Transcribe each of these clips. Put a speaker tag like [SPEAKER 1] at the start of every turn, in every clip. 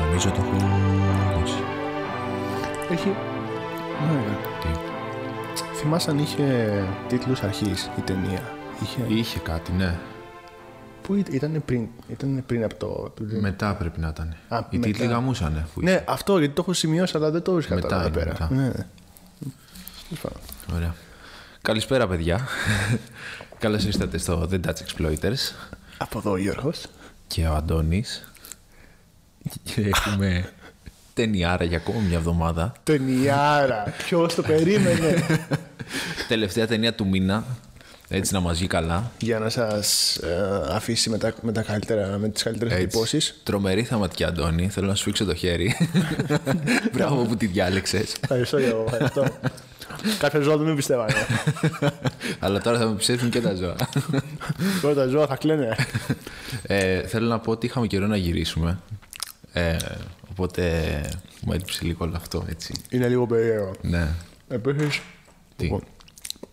[SPEAKER 1] νομίζω το έχω. Όχι.
[SPEAKER 2] Έχει. Ωραία. Θυμάσαι αν είχε τίτλους αρχής η ταινία. Είχε...
[SPEAKER 1] Είχε κάτι, ναι.
[SPEAKER 2] Πού ήταν πριν, ήταν πριν από το... το-
[SPEAKER 1] Μετά πρέπει να ήταν.
[SPEAKER 2] Α,
[SPEAKER 1] Οι
[SPEAKER 2] μετά.
[SPEAKER 1] τίτλοι γαμούσανε. που
[SPEAKER 2] Ναι, αυτό γιατί το έχω σημειώσει, αλλά δεν το βρίσκα
[SPEAKER 1] Μετά
[SPEAKER 2] τώρα εδώ
[SPEAKER 1] είναι,
[SPEAKER 2] πέρα.
[SPEAKER 1] μετά.
[SPEAKER 2] Ναι, ναι. Τέλος πάντων.
[SPEAKER 1] είχε. Ωραία. Καλησπέρα, παιδιά. Καλώς ήρθατε στο The Dutch Exploiters.
[SPEAKER 2] Από εδώ ο Γιώργος.
[SPEAKER 1] Και ο Αντώνης. Και έχουμε ταινιάρα για ακόμα μια εβδομάδα.
[SPEAKER 2] Ταινιάρα. Ποιος το περίμενε.
[SPEAKER 1] Τελευταία ταινία του μήνα. Έτσι να μας βγει καλά.
[SPEAKER 2] Για να σας ε, αφήσει με τα, με τα καλύτερα, με τις καλύτερες
[SPEAKER 1] Έτσι.
[SPEAKER 2] εντυπώσεις.
[SPEAKER 1] Τρομερή θα ματιά, Αντώνη. Θέλω να σου φίξω το χέρι. Μπράβο που τη διάλεξες.
[SPEAKER 2] Ευχαριστώ Γιώργο, ευχαριστώ. Κάποια ζώα δεν με πιστεύανε.
[SPEAKER 1] Αλλά τώρα θα με ψεύσουν και τα ζώα.
[SPEAKER 2] Τώρα τα ζώα θα κλαίνε.
[SPEAKER 1] Ε, θέλω να πω ότι είχαμε καιρό να γυρίσουμε. Ε, οπότε μου έλειψε λίγο όλο αυτό, έτσι.
[SPEAKER 2] Είναι λίγο περίεργο.
[SPEAKER 1] Ναι.
[SPEAKER 2] Επίσης,
[SPEAKER 1] Τι.
[SPEAKER 2] Λοιπόν,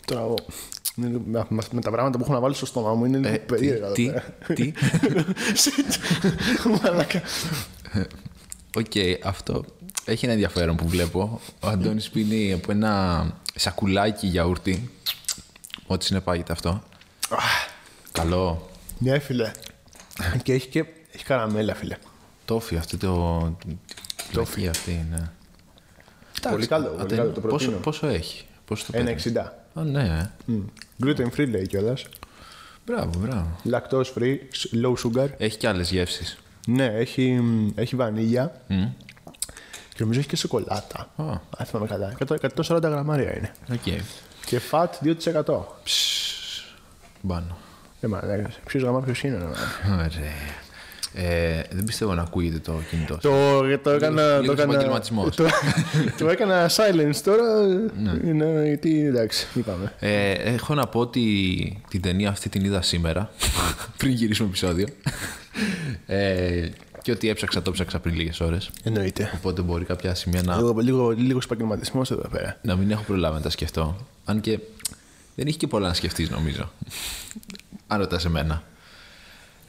[SPEAKER 2] Τώρα, εγώ, είναι λίγο- με, με- με τα πράγματα που έχω να βάλω στο στόμα μου είναι λίγο
[SPEAKER 1] Ε,
[SPEAKER 2] περίεργα.
[SPEAKER 1] τι, τι, τι.
[SPEAKER 2] Μαλάκα.
[SPEAKER 1] Οκ, αυτό έχει ένα ενδιαφέρον που βλέπω. Ο Αντώνης πίνει από ένα σακουλάκι γιαούρτι. Ό,τι συνεπάγεται αυτό. Καλό.
[SPEAKER 2] Ναι, φίλε. Και έχει και έχει καραμέλα, φίλε.
[SPEAKER 1] Τόφι, αυτό το. Τόφι αυτή, ναι.
[SPEAKER 2] Πολύ καλό, πολύ καλό, το
[SPEAKER 1] πόσο,
[SPEAKER 2] προτείνω.
[SPEAKER 1] πόσο έχει, πόσο το παίρνεις.
[SPEAKER 2] 1,60.
[SPEAKER 1] Α, ναι.
[SPEAKER 2] Μμ. Gluten free λέει κιόλας.
[SPEAKER 1] Μπράβο, μπράβο.
[SPEAKER 2] Lactose free, s- low sugar.
[SPEAKER 1] Έχει και άλλες γεύσεις.
[SPEAKER 2] Ναι, έχει, μ, έχει βανίλια. Και νομίζω έχει και σοκολάτα.
[SPEAKER 1] Α.
[SPEAKER 2] Αν θυμάμαι καλά. 140 γραμμάρια είναι.
[SPEAKER 1] Οκ.
[SPEAKER 2] Και fat 2%.
[SPEAKER 1] Μπάνω.
[SPEAKER 2] Ε, μα, ποιο γαμά ποιος είναι. ρε, μα.
[SPEAKER 1] Ωραία. Ε, δεν πιστεύω να ακούγεται το κινητό. σου.
[SPEAKER 2] Το, το έκανα.
[SPEAKER 1] λίγος
[SPEAKER 2] το, έκανα
[SPEAKER 1] επαγγελματισμός.
[SPEAKER 2] το, το έκανα silence τώρα. Ναι, γιατί εντάξει, είπαμε.
[SPEAKER 1] Ε, έχω να πω ότι την ταινία αυτή την είδα σήμερα, πριν γυρίσουμε επεισόδιο. Ε, και ότι έψαξα, το ψάξα πριν λίγες ώρες.
[SPEAKER 2] Εννοείται.
[SPEAKER 1] Οπότε μπορεί κάποια σημεία να,
[SPEAKER 2] Λίγο, λίγο, λίγος επαγγελματισμός εδώ πέρα.
[SPEAKER 1] να μην έχω προλάβει να τα σκεφτώ. Αν και δεν είχε και πολλά να σκεφτείς νομίζω. Αν ρωτάς εμένα.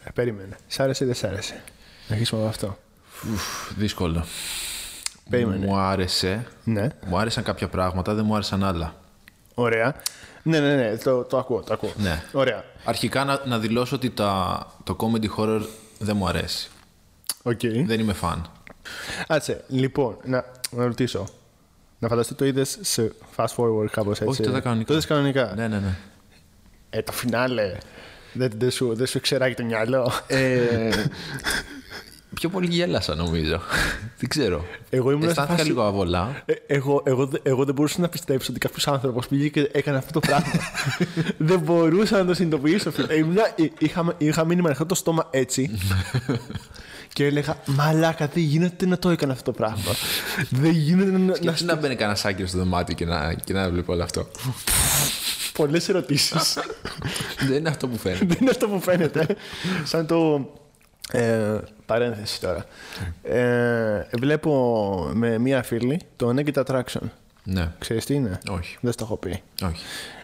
[SPEAKER 2] Ε, Περίμενε. Σ' άρεσε ή δεν σ' άρεσε. Να αρχίσουμε από αυτό.
[SPEAKER 1] Ουφ, δύσκολο.
[SPEAKER 2] Περίμενε.
[SPEAKER 1] Μου άρεσε.
[SPEAKER 2] Ναι.
[SPEAKER 1] Μου άρεσαν κάποια πράγματα, δεν μου άρεσαν άλλα.
[SPEAKER 2] Ωραία. Ναι, ναι, ναι. Το, το ακούω, το ακούω.
[SPEAKER 1] Ναι.
[SPEAKER 2] Ωραία.
[SPEAKER 1] Αρχικά να, να δηλώσω ότι τα, το comedy horror δεν μου αρέσει.
[SPEAKER 2] Οκ.
[SPEAKER 1] Δεν είμαι fan.
[SPEAKER 2] Άτσε, λοιπόν, να, να ρωτήσω. Να φανταστεί το είδες σε fast forward κάπως έτσι.
[SPEAKER 1] το είδα κανονικά.
[SPEAKER 2] Το είδες κανονικά.
[SPEAKER 1] Ναι, ναι, ναι.
[SPEAKER 2] Ε, το φινάλε. Δεν, δεν σου, δεν σου εξεράγει το μυαλό.
[SPEAKER 1] Ε, Πιο πολύ γέλασα νομίζω. δεν ξέρω.
[SPEAKER 2] Εγώ ήμουν στη
[SPEAKER 1] Αισθάνθηκα
[SPEAKER 2] φάση-
[SPEAKER 1] λίγο αβολά.
[SPEAKER 2] Ε, εγώ, εγώ, δε- εγώ δεν μπορούσα να πιστέψω ότι κάποιος άνθρωπος πήγε και έκανε αυτό το πράγμα. δεν μπορούσα να το συνειδητοποιήσω, φίλε. Ε, ήμουνα- ε, είχα, είχα μείνει με ανοιχτό το στόμα έτσι. και έλεγα, Μαλάκα, δεν γίνεται να το έκανε αυτό το πράγμα. δεν γίνεται να. να,
[SPEAKER 1] Να να μπαίνει κανένας άκυρο στο δωμάτιο και να, και να βλέπω όλο αυτό.
[SPEAKER 2] Πολλές ερωτήσεις.
[SPEAKER 1] δεν είναι αυτό που φαίνεται.
[SPEAKER 2] δεν είναι αυτό που φαίνεται. Σαν το. Ε, παρένθεση τώρα. Ε, βλέπω με μία φίλη το Naked Attraction.
[SPEAKER 1] ναι.
[SPEAKER 2] Ξέρεις τι είναι.
[SPEAKER 1] Όχι.
[SPEAKER 2] Δεν στο έχω πει.
[SPEAKER 1] Όχι.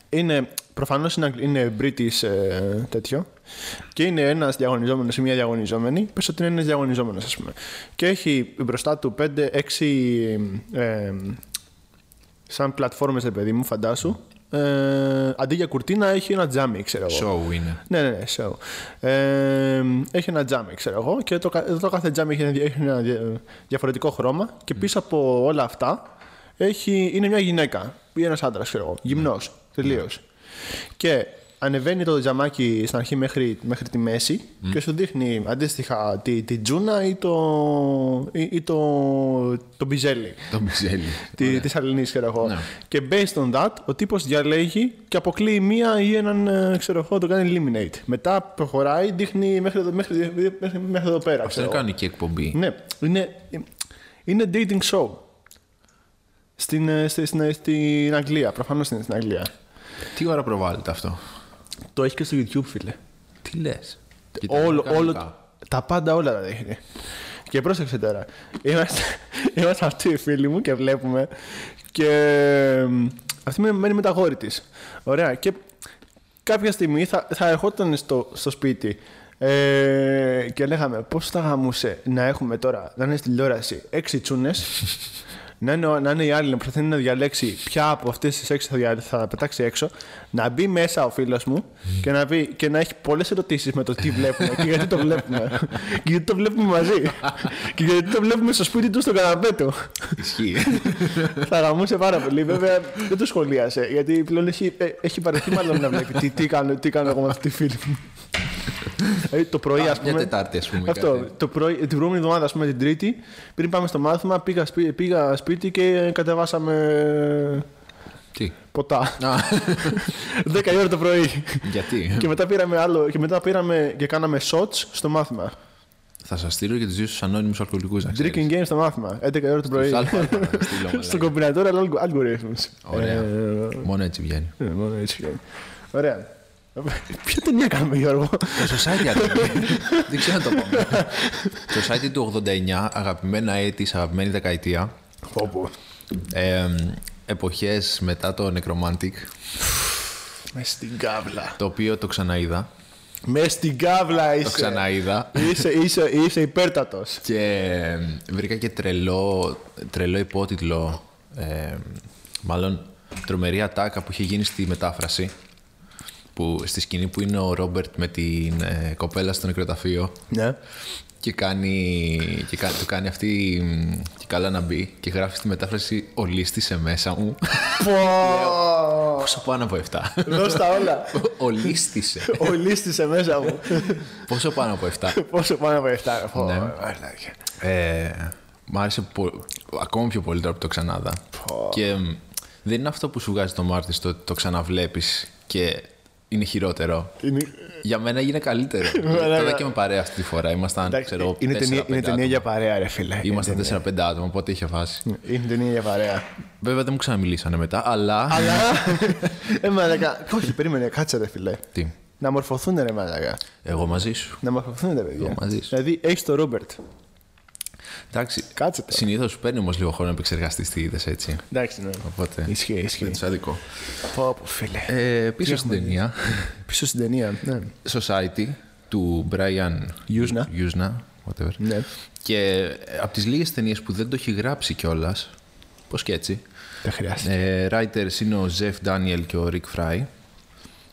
[SPEAKER 2] Είναι, προφανώς είναι, Αγγλ- είναι British ε, τέτοιο και είναι ένας διαγωνιζόμενος ή μια διαγωνιζόμενη. Πες ότι είναι ένας διαγωνιζόμενος ας πούμε. Και έχει μπροστά του 5-6 ε, σαν πλατφόρμες ρε παιδί μου φαντάσου. Ε, αντί για κουρτίνα έχει ένα τζάμι ξέρω εγώ.
[SPEAKER 1] Show είναι.
[SPEAKER 2] Ναι, ναι, ναι, show. Ε, έχει ένα τζάμι, ξέρω εγώ, και το, κα- το κάθε τζάμι έχει ένα, δια- έχει ένα δια- διαφορετικό χρώμα και πίσω από όλα αυτά έχει, είναι μια γυναίκα ή ένας άντρας, ξέρω εγώ, γυμνός, τελείω. Και ανεβαίνει το τζαμάκι στην αρχή μέχρι, μέχρι τη μέση και σου δείχνει αντίστοιχα τη, τη τζούνα ή το, ή, ή το, το μπιζέλι
[SPEAKER 1] Το Μπιζέλη.
[SPEAKER 2] τη της Αλληνής, ξέρω εγώ.
[SPEAKER 1] Ναι.
[SPEAKER 2] Και based on that, ο τύπος διαλέγει και αποκλείει μία ή έναν, ε, ξέρω εγώ, τον κάνει eliminate. Μετά προχωράει, δείχνει μέχρι εδώ, μέχρι, μέχρι, μέχρι εδώ πέρα.
[SPEAKER 1] Αυτό είναι
[SPEAKER 2] Ξέρω. εγώ.
[SPEAKER 1] κανονική εκπομπή.
[SPEAKER 2] Ναι, είναι, είναι dating show. Στην, ε, στη- στην, ε, στην Αγγλία, προφανώς είναι στην Αγγλία.
[SPEAKER 1] Τι ώρα προβάλλεται αυτό.
[SPEAKER 2] Το έχεις και στο YouTube, φίλε. Ε,
[SPEAKER 1] Τι λες.
[SPEAKER 2] όλο, όλο, τα πάντα όλα τα δείχνει. Και πρόσεξε τώρα. Είμαστε, είμαστε αυτοί οι φίλοι μου και βλέπουμε. Και μ, αυτή με- μένει με τα γόρη της. Ωραία. Και κάποια στιγμή θα, θα ερχόταν στο, στο σπίτι Ε, και λέγαμε πώς θα γαμούσε να έχουμε τώρα, να είναι στην τηλεόραση έξι τσούνες. Να είναι, ο- να είναι η άλλη να προσπαθεί να διαλέξει ποια από αυτές τις έξι θα, δια- θα πετάξει έξω, να μπει μέσα ο φίλος μου και να, πει, και να έχει πολλές ερωτήσεις με το τι βλέπουμε και γιατί το βλέπουμε. και γιατί το βλέπουμε μαζί. και γιατί το βλέπουμε στο σπίτι του στο καναπέ του.
[SPEAKER 1] Ισχύει.
[SPEAKER 2] θα γαμούσε πάρα πολύ. Βέβαια δεν το σχολίασε γιατί πλέον έχει, ε, έχει βαρεθεί μάλλον να βλέπει τι, τι, κάνω, τι κάνω εγώ με αυτή τη φίλη μου. Δηλαδή, το πρωί, ας
[SPEAKER 1] Μια
[SPEAKER 2] πούμε.
[SPEAKER 1] Τετάρτη, ας πούμε.
[SPEAKER 2] Αυτό.
[SPEAKER 1] κάτι.
[SPEAKER 2] Το πρωί, την προηγούμενη εβδομάδα, ας πούμε, την Τρίτη, πριν πάμε στο μάθημα, πήγα, σπί- πήγα σπίτι και κατεβάσαμε
[SPEAKER 1] Τι.
[SPEAKER 2] ποτά.
[SPEAKER 1] Α,
[SPEAKER 2] 10 η ώρα το πρωί.
[SPEAKER 1] γιατί.
[SPEAKER 2] και μετά πήραμε άλλο. Και μετά πήραμε και κάναμε shots στο μάθημα.
[SPEAKER 1] Θα σας στείλω και τους δύο στους ανώνυμους αλκοολικούς.
[SPEAKER 2] Drinking games στο μάθημα. 11 η ώρα το πρωί. στο combinatorial alg- algorithms.
[SPEAKER 1] Ωραία.
[SPEAKER 2] Ε,
[SPEAKER 1] Μόνο έτσι βγαίνει.
[SPEAKER 2] ναι, μόνο έτσι. κάνει. Ωραία. Ποια ταινία κάνουμε, Γιώργο.
[SPEAKER 1] Το society αγαπητέ. Δεν ξέρω να το πω. Το society του 89, αγαπημένα έτη, αγαπημένη δεκαετία.
[SPEAKER 2] Πω, πω.
[SPEAKER 1] Ε, εποχές μετά το Necromantic,
[SPEAKER 2] Με στην κάβλα.
[SPEAKER 1] το οποίο το ξαναείδα.
[SPEAKER 2] Με στην κάβλα
[SPEAKER 1] Το
[SPEAKER 2] είσαι.
[SPEAKER 1] ξαναείδα.
[SPEAKER 2] Είσαι, είσαι, είσαι υπέρτατος.
[SPEAKER 1] Και ε, βρήκα και τρελό, τρελό υπότιτλο, ε, μάλλον τρομερή ατάκα που είχε γίνει στη μετάφραση. Που, στη σκηνή που είναι ο Ρόμπερτ με την ε, κοπέλα στο νεκροταφείο
[SPEAKER 2] Ναι.
[SPEAKER 1] και, κάνει, και κα- του κάνει αυτή μ, και καλά να μπει και γράφει στη μετάφραση «Ολίστησε μέσα μου».
[SPEAKER 2] Πω!
[SPEAKER 1] Πόσο πάνω από 7.
[SPEAKER 2] Δώσ' τα όλα.
[SPEAKER 1] Ολίστησε.
[SPEAKER 2] Ο λίστησε μέσα μου.
[SPEAKER 1] Πόσο πάνω από 7.
[SPEAKER 2] Πόσο πάνω από 7. Πω,
[SPEAKER 1] Ναι.
[SPEAKER 2] μαλάκα.
[SPEAKER 1] Ε, μ' άρεσε πο- ακόμα πιο πολύ τώρα που το ξανάδα. Και μ, δεν είναι αυτό που σου βγάζει το Μάρτι, το ότι το ξαναβλέπεις και είναι χειρότερο.
[SPEAKER 2] Είναι-
[SPEAKER 1] Για μένα έγινε καλύτερο.
[SPEAKER 2] Μαλάκα.
[SPEAKER 1] Τώρα και με παρέα αυτή τη φορά. Ήμασταν,
[SPEAKER 2] εντάξει,
[SPEAKER 1] ξέρω, εγώ,
[SPEAKER 2] Είναι ταινία- είναι
[SPEAKER 1] 4-5
[SPEAKER 2] ταινία για παρέα, ρε φίλε.
[SPEAKER 1] άτομα. Ήμασταν 4-5 άτομα, οπότε είχε φάση.
[SPEAKER 2] Είναι ταινία για παρέα.
[SPEAKER 1] Βέβαια δεν μου ξαναμιλήσανε μετά, αλλά.
[SPEAKER 2] Αλλά. Ε, μαλάκα. Όχι, περίμενε, κάτσε ρε φίλε.
[SPEAKER 1] Τι.
[SPEAKER 2] Να μορφωθούν ρε μαλάκα.
[SPEAKER 1] Εγώ μαζί σου.
[SPEAKER 2] Να μορφωθούν τα παιδιά.
[SPEAKER 1] Εγώ μαζί σου.
[SPEAKER 2] Δηλαδή έχεις τον Ρόμπερτ.
[SPEAKER 1] Εντάξει.
[SPEAKER 2] Κάτσε τώρα.
[SPEAKER 1] Συνήθως σου παίρνει όμως λίγο χρόνο να επεξεργαστείς τι είδες έτσι.
[SPEAKER 2] Εντάξει, ναι.
[SPEAKER 1] Οπότε.
[SPEAKER 2] Ισχύει, ισχύει.
[SPEAKER 1] Σαν δικό.
[SPEAKER 2] Πω, πω, φίλε.
[SPEAKER 1] Ε, πίσω στην ταινία.
[SPEAKER 2] Πίσω στην ταινία. ναι.
[SPEAKER 1] Society του Brian
[SPEAKER 2] Usna.
[SPEAKER 1] Usna, whatever.
[SPEAKER 2] Ναι.
[SPEAKER 1] Και από τις λίγες ταινίες που δεν το έχει γράψει κιόλας. Πώς και έτσι.
[SPEAKER 2] Δεν χρειάζεται.
[SPEAKER 1] Ε, writers είναι ο Jeff Daniel και ο Rick Fry.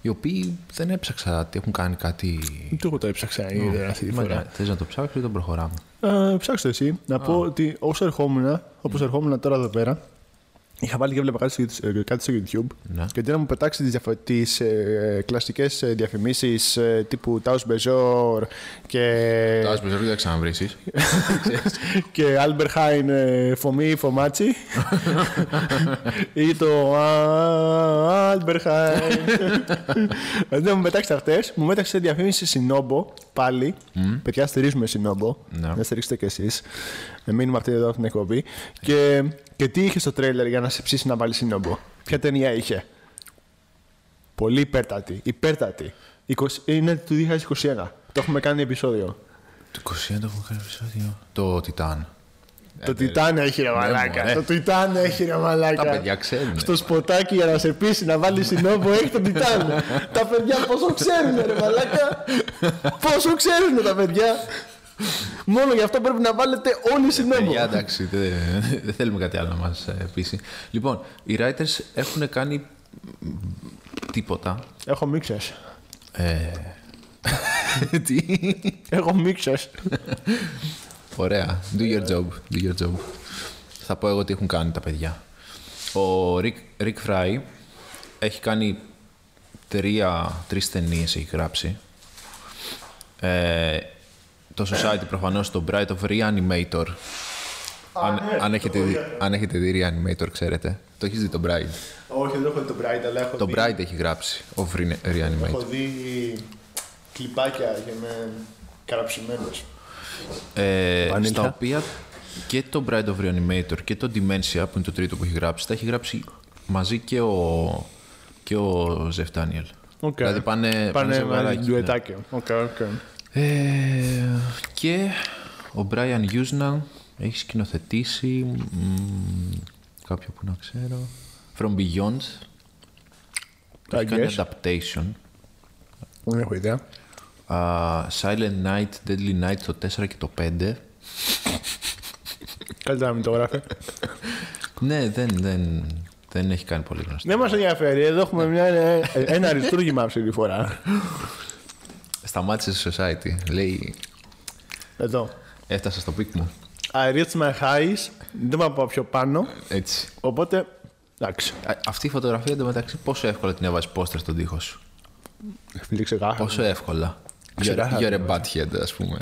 [SPEAKER 1] Οι οποίοι δεν έψαξα τι έχουν κάνει κάτι...
[SPEAKER 2] Ούτε εγώ το έψαξα ήδη αυτή τη φορά.
[SPEAKER 1] Μαλά, θες να το ψάξω ή τον προχωράμε.
[SPEAKER 2] Ε, ψάξτε εσύ. Να πω ότι όσο ερχόμουν, όπως ερχόμουν τώρα εδώ πέρα, είχα βάλει και έβλεπα κάτι, στο YouTube- ε, κάτι στο YouTube
[SPEAKER 1] Ναι.
[SPEAKER 2] και αντί να μου πετάξει τις, διαφο- τις ε, κλασικές ε, διαφημίσεις ε, τύπου Taos Bejor και,
[SPEAKER 1] Το άσπρο δεν θα ξαναβρήσεις.
[SPEAKER 2] και Albert Hain ε, Φωμή Φωμάτσι ή το «Α, Albert Hain αντί να μου πετάξει αυτές μου μέταξε διαφήμιση Σινόμπο πάλι παιδιά στηρίζουμε Σινόμπο
[SPEAKER 1] Ναι.
[SPEAKER 2] να στηρίξετε κι εσείς με μήνυμα αυτή εδώ από την εκπομπή και, και τι είχε στο τρέλερ για να σε ψήσει να βάλεις Σινόμπο ποια ταινία είχε πολύ υπέρτατη υπέρτατη 20 είναι του 2021 το έχουμε κάνει επεισόδιο
[SPEAKER 1] το 21 το έχουμε κάνει επεισόδιο. Το Titan.
[SPEAKER 2] το ναι. Τιτάν έχει ρε
[SPEAKER 1] Ε, Ναι, μωρέ.
[SPEAKER 2] μαλάκα. Το Τιτάν έχει ρε μαλάκα.
[SPEAKER 1] Τα παιδιά ξέρουνε.
[SPEAKER 2] Στο σποτάκι για να σε πείσει να βάλεις συνόμπο έχει τον Τιτάν. τα παιδιά πόσο ξέρουν ρε μαλάκα. πόσο ξέρουν τα παιδιά. Μόνο γι' αυτό πρέπει να βάλετε όλοι συνόμπο.
[SPEAKER 1] Παιδιά, Ε, ναι. εντάξει, δεν δεν θέλουμε κάτι άλλο να μας ε, πείσει. Λοιπόν, οι writers έχουν κάνει μ, τίποτα.
[SPEAKER 2] Έχω μίξες.
[SPEAKER 1] Ε, τι.
[SPEAKER 2] Έχω μίξες.
[SPEAKER 1] Ωραία. Do your job. Do your job. Θα πω εγώ τι έχουν κάνει τα παιδιά. Ο Rick, Rick Fry έχει κάνει τρία, τρεις ταινίες έχει γράψει. Ε, το Society προφανώς, το Bright of Reanimator. Αν, αν, έχετε, δει- αν έχετε δει Reanimator, ξέρετε. Το έχεις δει το Bright.
[SPEAKER 2] Όχι, δεν έχω δει το Bright, αλλά έχω
[SPEAKER 1] Το Bright έχει γράψει, ο Re- Reanimator.
[SPEAKER 2] δει κλιπάκια και με καραψημένους.
[SPEAKER 1] Ε,
[SPEAKER 2] Πανήλθα.
[SPEAKER 1] στα οποία και το Bride of Reanimator και το Dementia που είναι το τρίτο που έχει γράψει, τα έχει γράψει μαζί και ο, και ο Ζεφ Ντάνιελ.
[SPEAKER 2] Οκ.
[SPEAKER 1] Δηλαδή πάνε, πάνε,
[SPEAKER 2] Πάνε με
[SPEAKER 1] ζευγαράκι, ναι.
[SPEAKER 2] ντουετάκι. Οκ, οκ.
[SPEAKER 1] Ε, και ο Brian Usna έχει σκηνοθετήσει μ, κάποιο που να ξέρω. From Beyond.
[SPEAKER 2] I
[SPEAKER 1] Έχει κάνει
[SPEAKER 2] guess.
[SPEAKER 1] adaptation.
[SPEAKER 2] Δεν έχω ιδέα.
[SPEAKER 1] Α, Silent Night, Deadly Night το 4 και το 5.
[SPEAKER 2] Καλύτερα να μην το γράφει.
[SPEAKER 1] Ναι, δεν, δεν, δεν έχει κάνει πολύ γνωστή.
[SPEAKER 2] Δεν μας ενδιαφέρει. Εδώ έχουμε μια, ε, ένα αριστούργημα αυτή τη φορά.
[SPEAKER 1] Σταμάτησε στο society. Λέει,
[SPEAKER 2] Εδώ.
[SPEAKER 1] έφτασα στο πικ μου.
[SPEAKER 2] I reached my highs. Δεν πάω από πιο πάνω.
[SPEAKER 1] Έτσι.
[SPEAKER 2] Οπότε. Εντάξει.
[SPEAKER 1] Α, αυτή η φωτογραφία εντωμεταξύ πόσο εύκολα την έβαζες πόστερ στον τοίχο σου.
[SPEAKER 2] Φίλε, ξεκάθαρα.
[SPEAKER 1] Πόσο εύκολα.
[SPEAKER 2] Ξεκάθαρα
[SPEAKER 1] You're a butthead, ας πούμε.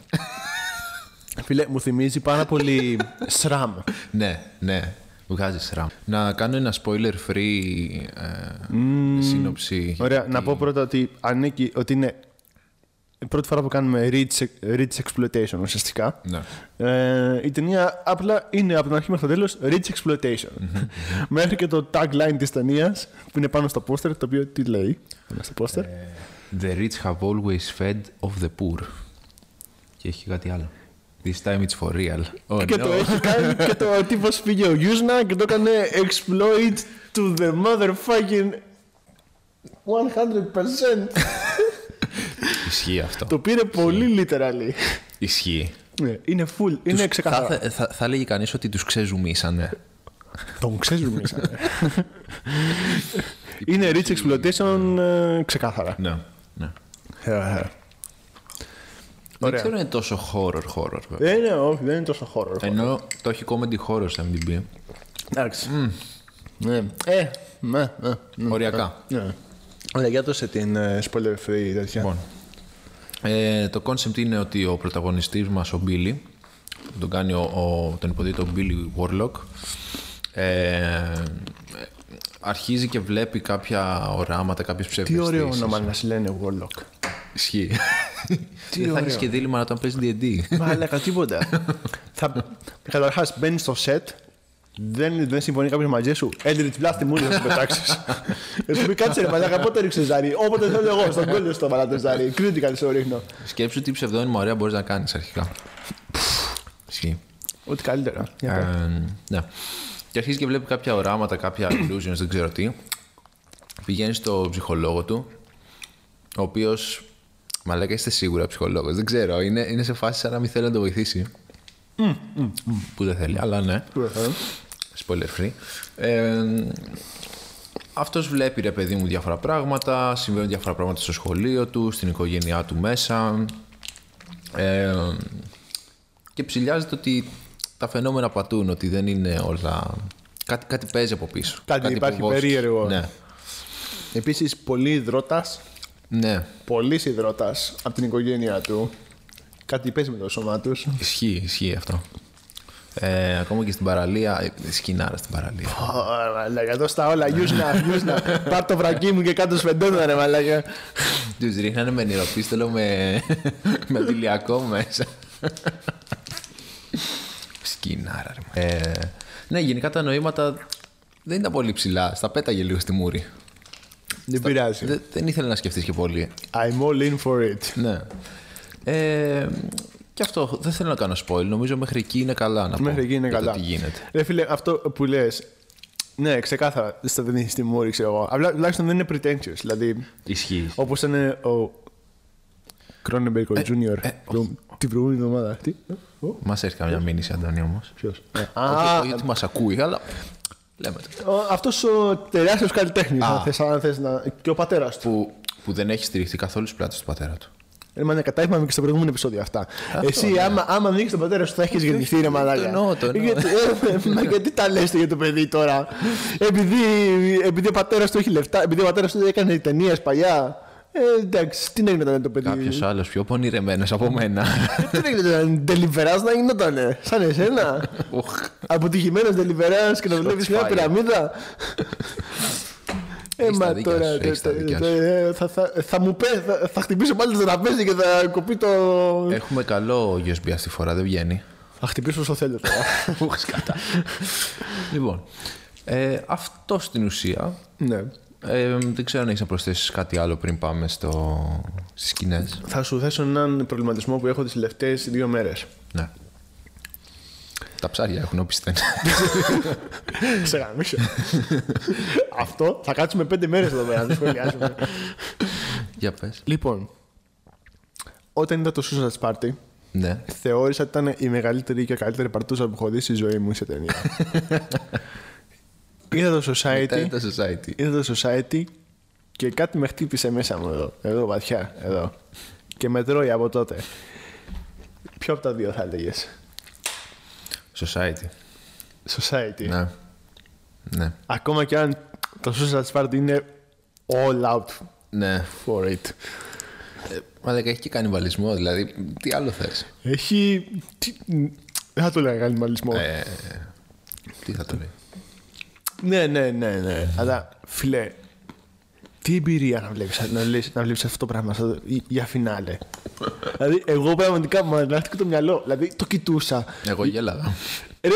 [SPEAKER 2] Φίλε, μου θυμίζει πάρα πολύ SRAM.
[SPEAKER 1] ναι, ναι. Βγάζει RAM. Να κάνω ένα spoiler free ε, σύνοψη.
[SPEAKER 2] Ωραία, να πω πρώτα ότι ανήκει ότι είναι η πρώτη φορά που κάνουμε rich, rich exploitation ουσιαστικά.
[SPEAKER 1] Ναι.
[SPEAKER 2] Ε, η ταινία απλά είναι από την αρχή μέχρι το τέλος rich exploitation. μέχρι και το tagline της ταινίας που είναι πάνω στο poster, το οποίο τι λέει. Πάνω στο poster.
[SPEAKER 1] The rich have always fed of the poor. Και έχει κάτι άλλο. This time it's for real. Oh,
[SPEAKER 2] και
[SPEAKER 1] no.
[SPEAKER 2] το έχει κάνει και το τύπος πήγε ο Γιούσνα και το έκανε exploit to the motherfucking 100%.
[SPEAKER 1] Ισχύει αυτό.
[SPEAKER 2] το πήρε πολύ literally.
[SPEAKER 1] Ισχύει.
[SPEAKER 2] Ναι, είναι full, είναι ξεκάθαρο.
[SPEAKER 1] Θα, θα, θα λέγει κανείς ότι τους ξεζουμίσανε.
[SPEAKER 2] Τον ξέρει μέσα. Είναι rich exploitation ε, ξεκάθαρα.
[SPEAKER 1] ναι. ναι.
[SPEAKER 2] Ε,
[SPEAKER 1] Δεν
[SPEAKER 2] Ωραία.
[SPEAKER 1] ξέρω αν είναι τόσο horror horror. βέβαια.
[SPEAKER 2] Δεν είναι, όχι, δεν είναι τόσο χώρο.
[SPEAKER 1] Ενώ το έχει comedy horror στα MDB.
[SPEAKER 2] Εντάξει. Ναι. Ε, ναι, ναι, ναι.
[SPEAKER 1] Οριακά.
[SPEAKER 2] Ναι. Ωραία, για δώσε την ε, spoiler free τέτοια.
[SPEAKER 1] Λοιπόν. Ε, το concept είναι ότι ο πρωταγωνιστής μας, ο Billy, που τον κάνει ο, ο, τον υποδίτο Billy Warlock, ε, αρχίζει και βλέπει κάποια οράματα, κάποιες
[SPEAKER 2] Τι
[SPEAKER 1] ψευδεστήσεις.
[SPEAKER 2] ωραίο όνομα να σε λένε Warlock.
[SPEAKER 1] Ισχύει. Δεν θα έχεις και δίλημα να τον παίζει D&D.
[SPEAKER 2] Μαλάκα, τίποτα. θα... Καταρχάς, μπαίνει στο σετ, δεν, δεν συμφωνεί κάποιος μαζί σου. Έντρι τη πλάστη μου, θα την πετάξει. Θα σου πει κάτσε ρε μαλάκα, πότε ρίξες ζάρι. Όποτε θέλω εγώ, στον κόλλο στο μαλάκα ζάρι. Κρίτικα στο ρίχνω.
[SPEAKER 1] Σκέψου τι ψευδόνυμα ωραία μπορείς να κάνεις αρχικά. Ισχύει.
[SPEAKER 2] Ό,τι καλύτερα. Για πες.
[SPEAKER 1] Ε, ναι. Και αρχίζεις και βλέπεις κάποια οράματα, κάποια illusions, δεν ξέρω τι. Πηγαίνεις στο ψυχολόγο του, ο οποίος. Μαλάκα είστε σίγουρα ψυχολόγος. Δεν ξέρω, είναι, είναι σε φάση σαν να μην θέλει να το βοηθήσει. Που δεν θέλει, αλλά ναι.
[SPEAKER 2] Ε.
[SPEAKER 1] Spoiler free. Ε, αυτός βλέπει ρε παιδί μου διάφορα πράγματα, συμβαίνουν διάφορα πράγματα στο σχολείο του, στην οικογένειά του μέσα. Ε, και ψηλιάζεται ότι τα φαινόμενα πατούν, ότι δεν είναι όλα... Κάτι, κάτι παίζει από πίσω.
[SPEAKER 2] Κάτι υπάρχει
[SPEAKER 1] υποβόσκει.
[SPEAKER 2] περίεργο.
[SPEAKER 1] Ναι.
[SPEAKER 2] Επίσης, πολύ υδρότας.
[SPEAKER 1] ναι,
[SPEAKER 2] Πολύ υδρότας από την οικογένειά του. Κάτι παίζει με το σώμα τους.
[SPEAKER 1] ισχύει, ισχύει αυτό. Ε, ακόμα και στην παραλία, ε, σκηνάρα στην παραλία.
[SPEAKER 2] Μαλάκα, δώστα όλα. Γιούσνα, γιούσνα. Πάρ το βρακί μου και κάτω σφεντόνα, ρε μαλάκα.
[SPEAKER 1] Τους ρίχνανε με νεροπίστολο με, με τηλιακό μέσα. Σκινάρα, ρε. μα. Ε, ναι, γενικά τα νοήματα δεν ήταν πολύ ψηλά. Στα πέταγε λίγο στη μούρη.
[SPEAKER 2] Δεν πειράζει.
[SPEAKER 1] Δε- δεν ήθελε να σκεφτείς και πολύ.
[SPEAKER 2] I'm all in for it.
[SPEAKER 1] Ναι. Ε, και αυτό δεν θέλω να κάνω spoil. Νομίζω μέχρι εκεί είναι καλά να πω.
[SPEAKER 2] Μέχρι εκεί είναι
[SPEAKER 1] για το
[SPEAKER 2] καλά.
[SPEAKER 1] Τι γίνεται.
[SPEAKER 2] Ρε φίλε, αυτό που λες. Ναι, ξεκάθαρα στο παιδί στη μούρη, ξέρω εγώ. Απλά τουλάχιστον δεν είναι pretentious. Δηλαδή,
[SPEAKER 1] Ισχύει.
[SPEAKER 2] όπως ήταν ε, ο. Κρόνεμπεργκ, ο Junior.
[SPEAKER 1] ε,
[SPEAKER 2] το- Την προηγούμενη εβδομάδα. Τι. ε, ο,
[SPEAKER 1] Μας έρχεται καμιά μήνυση, Αντώνη, όμως.
[SPEAKER 2] Ποιος.
[SPEAKER 1] Όχι όχι ότι μα ακούει, αλλά. Λέμε. το.
[SPEAKER 2] Αυτός ο τεράστιος καλλιτέχνης. Αν θες- αν θες να. και ο πατέρας του.
[SPEAKER 1] Που, που δεν έχει στηριχθεί καθόλου στις πλάτες του πατέρα του.
[SPEAKER 2] Ρε μαλάκα, τα είπαμε και στο προηγούμενο επεισόδιο αυτά. Εσύ, άμα, άμα ανοίξεις τον πατέρα σου, θα έχεις γεννηθεί, ρε μαλάκα.
[SPEAKER 1] εννοώ, ναι. το εννοώ.
[SPEAKER 2] Γιατί, ε, μα γιατί τα λες για το παιδί τώρα. Επειδή, επειδή ο πατέρας του έχει λεφτά, επειδή ο πατέρας του έκανε ταινίες παλιά. Ε, εντάξει, τι να γινόταν το παιδί.
[SPEAKER 1] Κάποιος άλλος πιο πονηρεμένος από μένα.
[SPEAKER 2] Τι να γινόταν, τελιβερά να γινόταν. Σαν εσένα.
[SPEAKER 1] Ουχ.
[SPEAKER 2] Αποτυχημένο τελιβερά και να δουλεύεις μια
[SPEAKER 1] fire.
[SPEAKER 2] πυραμίδα. Ε,
[SPEAKER 1] Έχεις τα
[SPEAKER 2] μα
[SPEAKER 1] δίκια
[SPEAKER 2] τώρα.
[SPEAKER 1] σου,
[SPEAKER 2] τε-
[SPEAKER 1] έχεις τα
[SPEAKER 2] τε-
[SPEAKER 1] δίκια
[SPEAKER 2] τε- θα- θα- Θα μου πέ, θα- θα χτυπήσω πάλι το τραπέζι και θα κοπεί το.
[SPEAKER 1] Έχουμε καλό USB αυτή τη φορά, δεν βγαίνει.
[SPEAKER 2] Θα χτυπήσω όσο θέλω τώρα.
[SPEAKER 1] Ουχ, κατά. λοιπόν, ε, αυτό στην ουσία.
[SPEAKER 2] ναι.
[SPEAKER 1] Ε, δεν ξέρω αν έχεις να προσθέσεις κάτι άλλο πριν πάμε στο... στις σκηνές.
[SPEAKER 2] Θα σου θέσω έναν προβληματισμό που έχω τις τελευταίες δύο μέρες.
[SPEAKER 1] Ναι. Τα ψάρια έχουν όπιστε.
[SPEAKER 2] Σε γαμίσω. Αυτό θα κάτσουμε πέντε μέρες εδώ πέρα να το σχολιάσουμε.
[SPEAKER 1] Για πες.
[SPEAKER 2] λοιπόν, όταν είδα το Suicide Party,
[SPEAKER 1] Ναι.
[SPEAKER 2] θεώρησα ότι ήταν η μεγαλύτερη και καλύτερη παρτούσα που έχω δει στη ζωή μου σε ταινία. είδα το Society,
[SPEAKER 1] Ήταν το society.
[SPEAKER 2] είδα το Society και κάτι με χτύπησε μέσα μου εδώ, εδώ βαθιά, εδώ. Και με τρώει από τότε. Ποιο από τα δύο θα έλεγες.
[SPEAKER 1] Society.
[SPEAKER 2] Society.
[SPEAKER 1] Ναι. Ναι.
[SPEAKER 2] Ακόμα και αν το Suicide Party είναι all out
[SPEAKER 1] Ναι.
[SPEAKER 2] for it.
[SPEAKER 1] Ε, Μα δεν έχει και κανιβαλισμό, δηλαδή. Τι άλλο θες.
[SPEAKER 2] Έχει. τι- Δεν θα το λέγα κανιβαλισμό.
[SPEAKER 1] Ε, Τι
[SPEAKER 2] Ε.
[SPEAKER 1] θα το λέει.
[SPEAKER 2] Ναι, ναι, ναι, ναι. Αλλά φίλε, τι εμπειρία να βλέπεις να λες- να βλέπεις αυτό το πράγμα σαν- για φινάλε. δηλαδή, εγώ πραγματικά μου ανατράπηκε το μυαλό. Δηλαδή, το κοιτούσα.
[SPEAKER 1] Εγώ γέλαγα.
[SPEAKER 2] Ρε,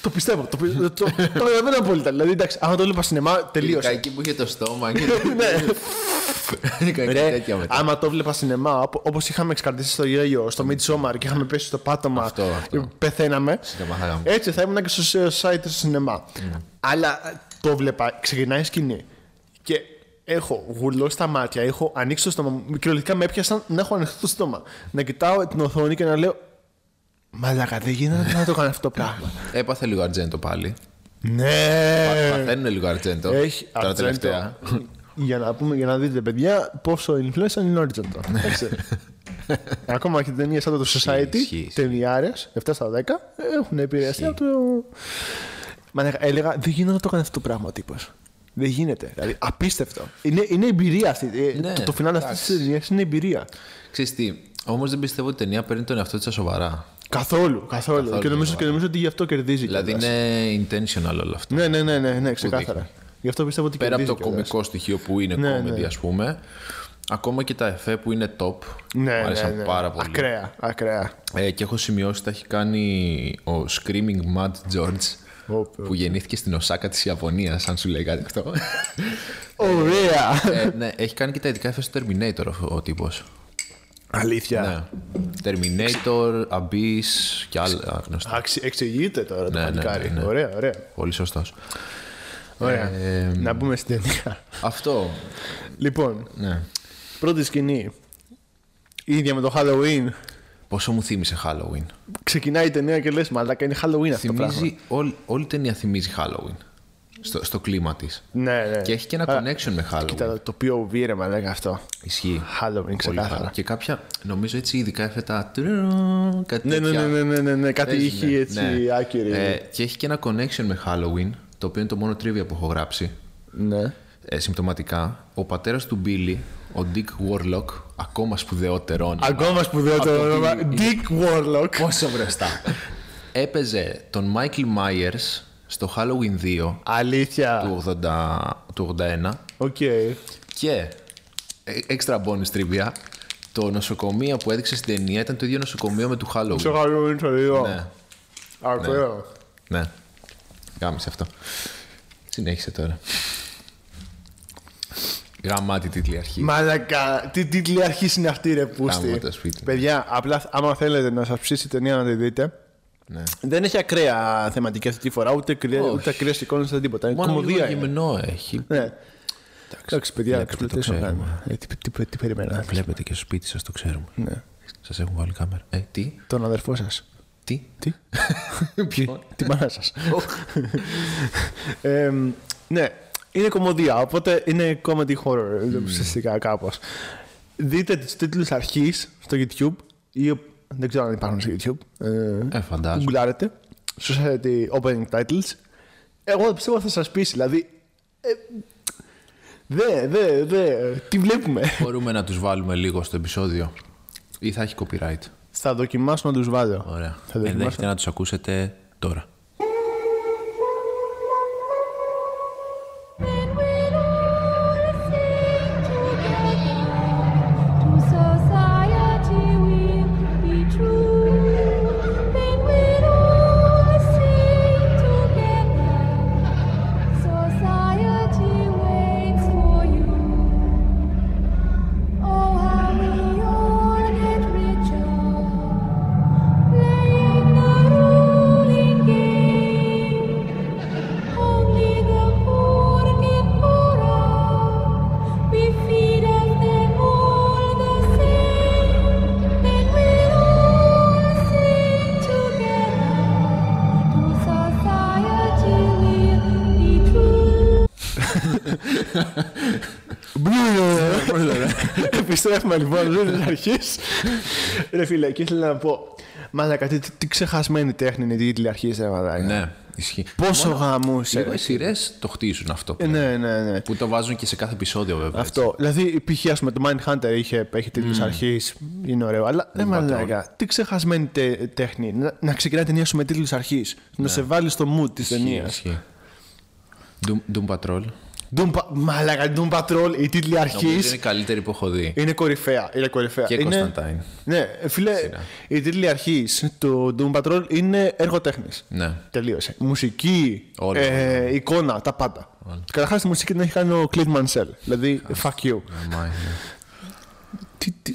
[SPEAKER 2] το πιστεύω. Το, πι- το, το, το καταλαβαίνω απόλυτα. Δηλαδή, εντάξει, άμα το βλέπα σινεμά,
[SPEAKER 1] Τελείωσε.
[SPEAKER 2] τελείωσε.
[SPEAKER 1] Εκεί που είχε το στόμα και. Ναι.
[SPEAKER 2] Ρε,
[SPEAKER 1] τέτοια μετά.
[SPEAKER 2] Ε,
[SPEAKER 1] Mm.
[SPEAKER 2] άμα το βλέπα σινεμά, όπως είχαμε εξκαρδίσει στο γέλιο, στο Midsommar και είχαμε πέσει στο πάτωμα.
[SPEAKER 1] Αυτό, αυτό.
[SPEAKER 2] Πεθαίναμε.
[SPEAKER 1] Σινεμά θα Mm. γάμω.
[SPEAKER 2] Έτσι θα ήμουν και στο site στο σινεμά. Αλλά ε, το βλέπα, ξεκινάει η σκηνή. Και έχω γουρλό στα μάτια, έχω ανοίξει το στόμα μου. Κυριολεκτικά με έπιασαν να έχω ανοιχτό το στόμα. Να κοιτάω την οθόνη και να λέω. Μαλάκα, δεν γίνεται να το κάνω αυτό το πράγμα.
[SPEAKER 1] Έπαθε λίγο αρτζέντο πάλι.
[SPEAKER 2] ναι!
[SPEAKER 1] Παθαίνουν λίγο αρτζέντο.
[SPEAKER 2] Έχει
[SPEAKER 1] Τώρα
[SPEAKER 2] Argento.
[SPEAKER 1] τελευταία.
[SPEAKER 2] για να πούμε, για να δείτε, παιδιά, πόσο influencer είναι Argento. Εντάξει. Ακόμα και ταινίε σαν το Society,
[SPEAKER 1] Ναι. ισχύει.
[SPEAKER 2] ταινιάρες, 7 στα 10, έχουν επηρεαστεί από το. Μα ναι, έλεγα, δεν γίνεται να το κάνει αυτό το πράγμα ο τύπος. Δεν γίνεται. Δηλαδή, απίστευτο. Είναι, είναι εμπειρία αυτή. Ε,
[SPEAKER 1] Ναι,
[SPEAKER 2] το, το φινάλε αυτής της ταινίας είναι εμπειρία.
[SPEAKER 1] Ξέρεις τι, όμως δεν πιστεύω ότι η ταινία παίρνει τον εαυτό της στα σοβαρά.
[SPEAKER 2] Καθόλου, καθόλου.
[SPEAKER 1] Καθόλου,
[SPEAKER 2] και, νομίζω,
[SPEAKER 1] ναι.
[SPEAKER 2] και νομίζω ότι γι' αυτό κερδίζει.
[SPEAKER 1] Δηλαδή
[SPEAKER 2] κιόλας.
[SPEAKER 1] είναι intentional όλο αυτό.
[SPEAKER 2] ναι, ναι, ναι, ναι, ναι, ξεκάθαρα. Γι' αυτό πιστεύω ότι
[SPEAKER 1] Πέρα από
[SPEAKER 2] κερδίζει.
[SPEAKER 1] το
[SPEAKER 2] κιόλας.
[SPEAKER 1] κωμικό στοιχείο που είναι
[SPEAKER 2] Ναι,
[SPEAKER 1] comedy,
[SPEAKER 2] ναι.
[SPEAKER 1] ας πούμε, ακόμα και τα εφέ που είναι top,
[SPEAKER 2] Ναι,
[SPEAKER 1] μου άρεσαν
[SPEAKER 2] ναι, ναι.
[SPEAKER 1] πάρα πολύ.
[SPEAKER 2] Ακραία, ακραία.
[SPEAKER 1] Ε, και έχω σημειώσει τα έχει κάνει ο Screaming Mad George,
[SPEAKER 2] Ωπ,
[SPEAKER 1] που γεννήθηκε στην Οσάκα της Ιαπωνίας, αν σου λέει κάτι αυτό.
[SPEAKER 2] Ωραία!
[SPEAKER 1] ε, ναι, έχει κάνει και τα ειδικά εφέ στο Terminator ο, ο τύπος.
[SPEAKER 2] Αλήθεια.
[SPEAKER 1] Ναι. Terminator, Abyss και άλλα γνωστά.
[SPEAKER 2] Αξι- Εξηγείται τώρα το
[SPEAKER 1] Ναι, ναι,
[SPEAKER 2] παλικάρι.
[SPEAKER 1] ναι, ναι.
[SPEAKER 2] Ωραία, ωραία.
[SPEAKER 1] Πολύ σωστός.
[SPEAKER 2] ωραία.
[SPEAKER 1] Ε,
[SPEAKER 2] Να μπούμε στην ταινία.
[SPEAKER 1] Αυτό,
[SPEAKER 2] λοιπόν,
[SPEAKER 1] ναι.
[SPEAKER 2] πρώτη σκηνή. Η ίδια με το Halloween.
[SPEAKER 1] Πόσο μου θύμισε Halloween.
[SPEAKER 2] Ξεκινάει η ταινία και λες μαλάκα είναι Halloween αυτό το πράγμα.
[SPEAKER 1] Θυμίζει, όλη, όλη η ταινία θυμίζει Halloween. Στο, στο κλίμα της.
[SPEAKER 2] Ναι, ναι.
[SPEAKER 1] Και έχει και ένα
[SPEAKER 2] Α,
[SPEAKER 1] connection με Halloween.
[SPEAKER 2] Κοίτα, το οποίο βίρε μαλάκα αυτό.
[SPEAKER 1] Ισχύει.
[SPEAKER 2] Halloween,
[SPEAKER 1] Πολύ
[SPEAKER 2] ξεκάθαρα.
[SPEAKER 1] καλά. Και κάποια, νομίζω έτσι ειδικά έφετα. Κάτι
[SPEAKER 2] Ναι,
[SPEAKER 1] τέτοια.
[SPEAKER 2] ναι, ναι, ναι, ναι, ναι, ναι, κάτι
[SPEAKER 1] Παίζουνε,
[SPEAKER 2] είχε έτσι
[SPEAKER 1] ναι.
[SPEAKER 2] άκυρη.
[SPEAKER 1] Ε, και έχει και ένα connection με Halloween, το οποίο είναι το μόνο τρίβια που έχω γράψει.
[SPEAKER 2] ναι.
[SPEAKER 1] Ε, συμπτωματικά, ο πατέρας του Billy, ο Dick Warlock, ακόμα σπουδαιότερο όνομα.
[SPEAKER 2] Ακόμα σπουδαιότερο
[SPEAKER 1] Από το
[SPEAKER 2] όνομα.
[SPEAKER 1] τι-
[SPEAKER 2] Dick Warlock.
[SPEAKER 1] Πόσο μπροστά. Έπαιζε τον Michael Myers στο Halloween 2
[SPEAKER 2] Αλήθεια.
[SPEAKER 1] του, 80, του 81
[SPEAKER 2] Οκ.
[SPEAKER 1] και ε, extra bonus trivia το νοσοκομείο που έδειξε στην ταινία ήταν το ίδιο νοσοκομείο με του
[SPEAKER 2] Σε
[SPEAKER 1] Halloween.
[SPEAKER 2] Halloween το δύο.
[SPEAKER 1] Ναι,
[SPEAKER 2] Ακραίο.
[SPEAKER 1] ναι. Γάμισε αυτό. Συνέχισε τώρα. Γαμάτη τίτλη αρχή.
[SPEAKER 2] Μαλακά, τι τίτλοι αρχή είναι αυτή ρε
[SPEAKER 1] Άμα
[SPEAKER 2] πούστη.
[SPEAKER 1] το σπίτι.
[SPEAKER 2] Παιδιά, απλά άμα θέλετε να σας ψήσει η ταινία να τη δείτε.
[SPEAKER 1] Ναι.
[SPEAKER 2] Δεν έχει ακραία θεματική αυτή τη φορά, ούτε, ακραία-
[SPEAKER 1] Όχι.
[SPEAKER 2] ούτε ακραίες εικόνες, ούτε τίποτα. Είναι
[SPEAKER 1] Μόνο λίγο
[SPEAKER 2] κομμωδία. είναι.
[SPEAKER 1] γυμνό έχει.
[SPEAKER 2] Ναι. Εντάξει, παιδιά,
[SPEAKER 1] βλέπετε, το
[SPEAKER 2] exploitation
[SPEAKER 1] ξέρουμε.
[SPEAKER 2] κάνουμε. Ε, Τι, τι, τι, περιμένατε.
[SPEAKER 1] Βλέπετε και στο σπίτι σας το ξέρουμε.
[SPEAKER 2] Ναι.
[SPEAKER 1] Σας έχουν βάλει κάμερα. Ε, τι,
[SPEAKER 2] Τον αδερφό σας.
[SPEAKER 1] τι.
[SPEAKER 2] Τι. Ποιοι.
[SPEAKER 1] Ναι.
[SPEAKER 2] Τη μάνα σας. Ναι, είναι κομμωδία, οπότε είναι comedy horror ουσιαστικά κάπως. Δείτε τους τίτλους αρχής στο YouTube ή δεν ξέρω αν υπάρχουν στο YouTube. ε,
[SPEAKER 1] Ε, φαντάζομαι.
[SPEAKER 2] Γκουγκλάρετε. Society opening titles. Εγώ πιστεύω θα σας πείσει. Δηλαδή. ε, Δε, δε, δε. Τι βλέπουμε.
[SPEAKER 1] Μπορούμε να τους βάλουμε λίγο στο επεισόδιο. Ή θα έχει copyright.
[SPEAKER 2] Θα δοκιμάσω να τους βάλω.
[SPEAKER 1] Ωραία. Ε,
[SPEAKER 2] Θα δοκιμάσω.
[SPEAKER 1] Ενδέχεται να τους ακούσετε τώρα.
[SPEAKER 3] To society we'll be true. Then we'll all sing together. Society waits for you. Oh, how we all get richer, playing the ruling game.
[SPEAKER 2] Επιστρέφουμε τώρα. Επιστρέφουμε λοιπόν λίγο τη αρχή. Ρε φίλε, και ήθελα να πω. Μαλάκα, τι, τι ξεχασμένη τέχνη είναι η τηλεαρχή, ρε μαλάκα.
[SPEAKER 1] Ναι, ισχύει.
[SPEAKER 2] Πόσο γαμούσες.
[SPEAKER 1] Λίγο οι σειρές το χτίζουν αυτό.
[SPEAKER 2] Ε, Ναι, ναι, ναι.
[SPEAKER 1] Που το βάζουν και σε κάθε επεισόδιο βέβαια.
[SPEAKER 2] Αυτό. Δηλαδή, π.χ. ας πούμε, το Mindhunter είχε, έχει τίτλους
[SPEAKER 1] Mm.
[SPEAKER 2] αρχής, είναι ωραίο. Αλλά δεν μαλάκα. Τι ξεχασμένη τε- τέχνη. Να, να ξεκινάει ταινία σου με τίτλους αρχής. Να σε βάλει στο mood της
[SPEAKER 1] Ναι. Ισχύει,
[SPEAKER 2] ταινίας.
[SPEAKER 1] ισχύει. Doom- Doom Patrol.
[SPEAKER 2] Μαλάκα, Doom Patrol, οι τίτλοι αρχή.
[SPEAKER 1] Νομίζω είναι η καλύτερη που έχω δει.
[SPEAKER 2] Είναι κορυφαία. Είναι κορυφαία.
[SPEAKER 1] Και
[SPEAKER 2] Ε, είναι...
[SPEAKER 1] Constantine.
[SPEAKER 2] Ναι, φίλε, η τίτλοι αρχής του Doom Patrol είναι έργο τέχνη.
[SPEAKER 1] Ναι.
[SPEAKER 2] Τελείωσε. Μουσική,
[SPEAKER 1] Όλα.
[SPEAKER 2] ε, εικόνα, τα πάντα. Καταρχάς τη μουσική την έχει κάνει ο Cliff Mansell. Δηλαδή, fuck you.
[SPEAKER 1] Αμά, ναι.
[SPEAKER 2] Τι, τι, τι,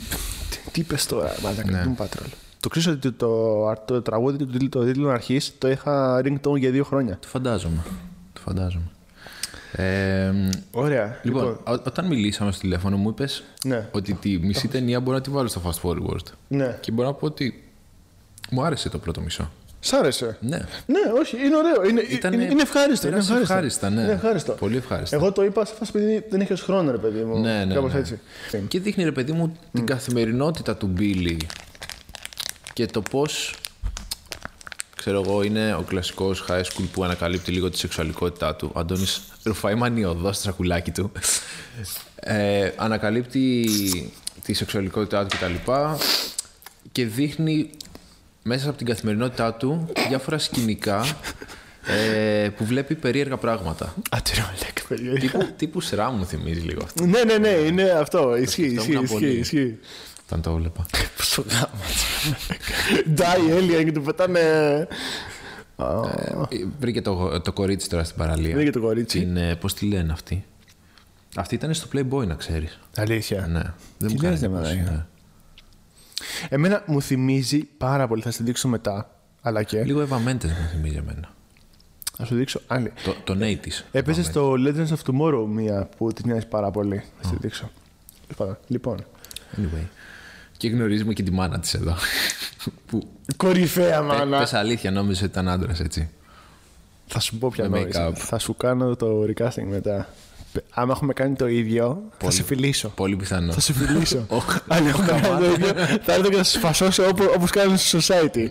[SPEAKER 2] τι είπες τώρα, Μαλάκα,
[SPEAKER 1] Ναι.
[SPEAKER 2] Doom Patrol. Το ξέρω ότι το, το τραγούδι του τίτλου- το τίτλου αρχής το είχα ringtone για δύο χρόνια.
[SPEAKER 1] Το φαντάζομαι. Το φαντάζομαι. Ε, μ,
[SPEAKER 2] Ωραία.
[SPEAKER 1] λοιπόν, ό- όταν μιλήσαμε στο τηλέφωνο μου είπες
[SPEAKER 2] Ναι.
[SPEAKER 1] ότι τη μισή ταινία μπορώ να τη βάλω στο fast forward.
[SPEAKER 2] Ναι.
[SPEAKER 1] Και μπορώ να πω ότι μου άρεσε το πρώτο μισό.
[SPEAKER 2] Σ' άρεσε.
[SPEAKER 1] Ναι.
[SPEAKER 2] Ναι, όχι, είναι ωραίο. Είναι,
[SPEAKER 1] Ήτανε-
[SPEAKER 2] Ε, είναι, είναι ευχάριστο. Είναι
[SPEAKER 1] πέρασε
[SPEAKER 2] ευχάριστο.
[SPEAKER 1] ευχάριστα, ναι.
[SPEAKER 2] Είναι ευχάριστο.
[SPEAKER 1] Πολύ ευχάριστα.
[SPEAKER 2] Εγώ το είπα σε φάση επειδή δεν είχες χρόνο, ρε παιδί μου.
[SPEAKER 1] Ναι, ναι,
[SPEAKER 2] Κάπως
[SPEAKER 1] ναι.
[SPEAKER 2] έτσι.
[SPEAKER 1] Και δείχνει ρε παιδί μου την καθημερινότητα του Μπίλι και το πώς ξέρω εγώ είναι ο κλασικός high school που ανακαλύπτει λίγο τη σεξουαλικότητά του. Ο Αντώνης ρουφάει μανιωδώς στο σακουλάκι του. Ε, ανακαλύπτει τη σεξουαλικότητά του κτλ. Και δείχνει μέσα από την καθημερινότητά του διάφορα σκηνικά ε, που βλέπει περίεργα πράγματα.
[SPEAKER 2] Ατερόλεκ, παιδιά.
[SPEAKER 1] τύπου, τύπου σειρά μου θυμίζει λίγο αυτό.
[SPEAKER 2] Ναι, ναι, ναι, είναι αυτό. Ισχύει, ισχύει,
[SPEAKER 1] σκεφτόμουν
[SPEAKER 2] ισχύει.
[SPEAKER 1] πολύ.
[SPEAKER 2] ισχύει.
[SPEAKER 1] Όταν το έβλεπα.
[SPEAKER 2] Στο γάμα. Ντάει η Έλια και του πετάνε.
[SPEAKER 1] Ε, Βρήκε το, το κορίτσι τώρα στην παραλία.
[SPEAKER 2] Βρήκε το κορίτσι.
[SPEAKER 1] Την, ε, πώς τη λένε αυτή. Αυτή ήταν στο Playboy, να ξέρεις.
[SPEAKER 2] Αλήθεια.
[SPEAKER 1] Ναι. Δεν μου κάνει
[SPEAKER 2] λες, ε. ρε
[SPEAKER 1] εντύπωση,
[SPEAKER 2] μαλάκα.
[SPEAKER 1] ναι.
[SPEAKER 2] Εμένα μου θυμίζει πάρα πολύ, θα σου δείξω μετά. Αλλά και.
[SPEAKER 1] Λίγο Eva Mendes μου θυμίζει εμένα.
[SPEAKER 2] Θα σου δείξω άλλη.
[SPEAKER 1] Το, τον 80's.
[SPEAKER 2] Έπαιζες στο Legends of Tomorrow μία που τη μοιάζει πάρα πολύ. Θα σου δείξω. Λοιπόν.
[SPEAKER 1] Anyway. Και γνωρίζουμε και τη μάνα της εδώ. που ε,
[SPEAKER 2] Κορυφαία μάνα.
[SPEAKER 1] πες αλήθεια, νόμιζε ότι ήταν άντρας, έτσι.
[SPEAKER 2] Θα σου πω πια
[SPEAKER 1] Με
[SPEAKER 2] νόησε.
[SPEAKER 1] make-up.
[SPEAKER 2] Θα σου κάνω το recasting μετά. Άμα έχουμε κάνει το ίδιο, θα σε φιλήσω.
[SPEAKER 1] Πολύ πιθανό.
[SPEAKER 2] Θα σε φιλήσω.
[SPEAKER 1] Οχ,
[SPEAKER 2] Αν έχουμε κάνει το ίδιο, θα έρθω και θα σα φασώσω όπως όπως κάνουν στο society.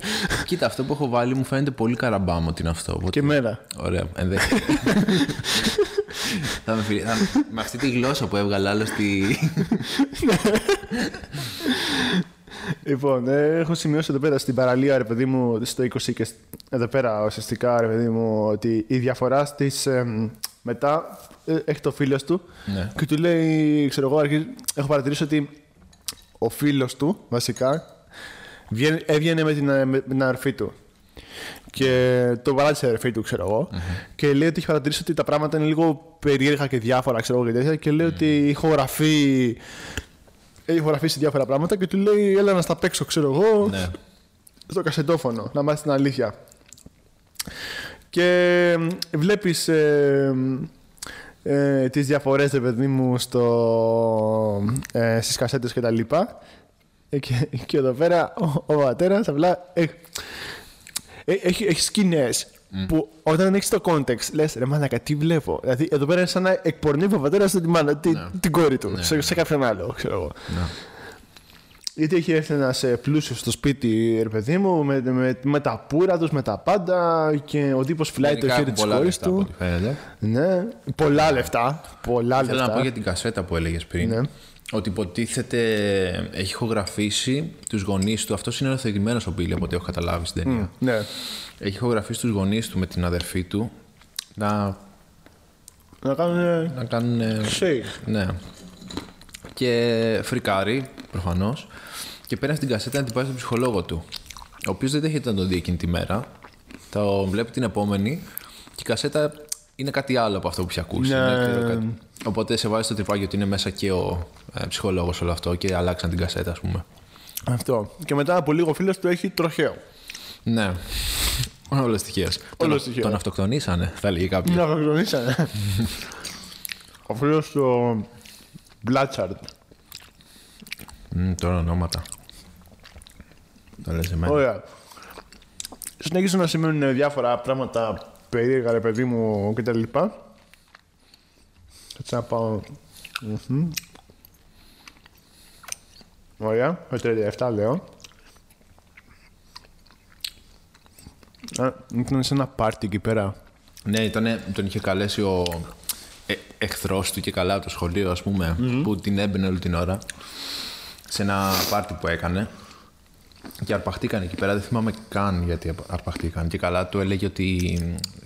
[SPEAKER 1] Κοίτα, αυτό που έχω βάλει μου φαίνεται πολύ καραμπάμ ότι είναι αυτό. οπότε-
[SPEAKER 2] Και εμένα.
[SPEAKER 1] Ωραία, ενδέχεται. θα με, φιλ... θα... με αυτή τη γλώσσα που έβγαλε άλλος στη...
[SPEAKER 2] Λοιπόν, ε, έχω σημειώσει εδώ πέρα στην παραλία, ρε παιδί μου, στο 20 και σ- εδώ πέρα ουσιαστικά, ρε παιδί μου, ότι η διαφορά στις. μετά ε, έχει το φίλος του
[SPEAKER 1] Ναι.
[SPEAKER 2] και του λέει, ξέρω εγώ, αρχίζει- έχω παρατηρήσει ότι ο φίλος του βασικά βγαίνει- έβγαινε με την, ε, με την αρφή του. Και το παράτησε η αρφή του, ξέρω εγώ. Και λέει ότι έχει παρατηρήσει ότι τα πράγματα είναι λίγο περίεργα και διάφορα, ξέρω εγώ και τέτοια. Και λέει ότι η ηχογραφεί έχει γραφήσει διάφορα πράγματα και του λέει: Έλα να στα παίξω, ξέρω εγώ,
[SPEAKER 1] ναι.
[SPEAKER 2] στο κασετόφωνο, να μάθεις την αλήθεια. Και βλέπεις ε, ε, τις διαφορές, ρε παιδί μου, στο, ε, στις κασέτες και τα λοιπά. Ε, Και, και εδώ πέρα ο, ο πατέρας απλά ε, ε, έχει, έχει σκηνές που όταν ανοίξει το context λες: Ρε μάνακα, τι βλέπω. Δηλαδή εδώ πέρα είναι σαν να εκπορνεύει ο πατέρα την, μάνα- την,
[SPEAKER 1] Ναι.
[SPEAKER 2] την κόρη του σε, σε κάποιον άλλο, ξέρω εγώ. Γιατί έχει έρθει ένας πλούσιος στο σπίτι, ρε παιδί μου, με, με, με τα πουρα τους, με τα πάντα και ο τύπος φυλάει το
[SPEAKER 1] Γενικά
[SPEAKER 2] χέρι
[SPEAKER 1] έχουν
[SPEAKER 2] της
[SPEAKER 1] πολλά
[SPEAKER 2] κόρης
[SPEAKER 1] λεφτά, από
[SPEAKER 2] του.
[SPEAKER 1] ό,τι φαίνεται.
[SPEAKER 2] Ναι, πολλά λεφτά. Πολλά
[SPEAKER 1] Θέλω
[SPEAKER 2] λεφτά.
[SPEAKER 1] να πω για την κασέτα που έλεγες πριν.
[SPEAKER 2] Ναι.
[SPEAKER 1] Ότι υποτίθεται ε, έχει ηχογραφήσει τους γονείς του. Αυτός είναι οθετημένο ο Μπίλι, από ό,τι έχω καταλάβει στην ταινία.
[SPEAKER 2] Ναι.
[SPEAKER 1] Έχει ηχογραφήσει τους γονείς του με την αδερφή του να,
[SPEAKER 2] Να κάνουν.
[SPEAKER 1] να κάνουν. ε,
[SPEAKER 2] Shake.
[SPEAKER 1] Ναι. Και φρικάρει, προφανώς. Και πέρασε την κασέτα να την πάει στον ψυχολόγο του. Ο οποίος δεν δέχεται να τον δει εκείνη τη μέρα. Το βλέπει την επόμενη. Και η κασέτα είναι κάτι άλλο από αυτό που είχε ακούσει.
[SPEAKER 2] Ναι.
[SPEAKER 1] είναι, ξέρω, κάτι- Οπότε σε βάζει στο τρυπάκι ότι είναι μέσα και ο ε, ψυχολόγος όλο αυτό και αλλάξαν την κασέτα, ας πούμε.
[SPEAKER 2] Αυτό. Και μετά από λίγο ο φίλος του έχει τροχαίο.
[SPEAKER 1] Ναι. Όλο τυχαίο.
[SPEAKER 2] Όλο
[SPEAKER 1] Τον-
[SPEAKER 2] στοιχείο.
[SPEAKER 1] Τον αυτοκτονήσανε, θα λέγει κάποιο.
[SPEAKER 2] Να ε? κακρονίσανε. ο φίλος του. Μπλάτσαρντ.
[SPEAKER 1] Μμ, τώρα ονόματα. Το λες εμένα.
[SPEAKER 2] Ωραία. Συνέχισαν να σημαίνουν διάφορα πράγματα περίεργα, ρε παιδί μου κτλ. Κάτσε να πάω. Μμμ. Ωραία, ο 37 λέω. Α, Ήταν σε ένα πάρτι εκεί πέρα.
[SPEAKER 1] Ναι, ήταν, τον είχε καλέσει ο ε, εχθρός του και καλά από το σχολείο, ας πουμε που την έμπαινε όλη την ώρα σε ένα πάρτι που έκανε. Και αρπαχτήκαν εκεί πέρα, δεν θυμάμαι καν γιατί αρπα- αρπαχτήκαν. Και καλά του έλεγε ότι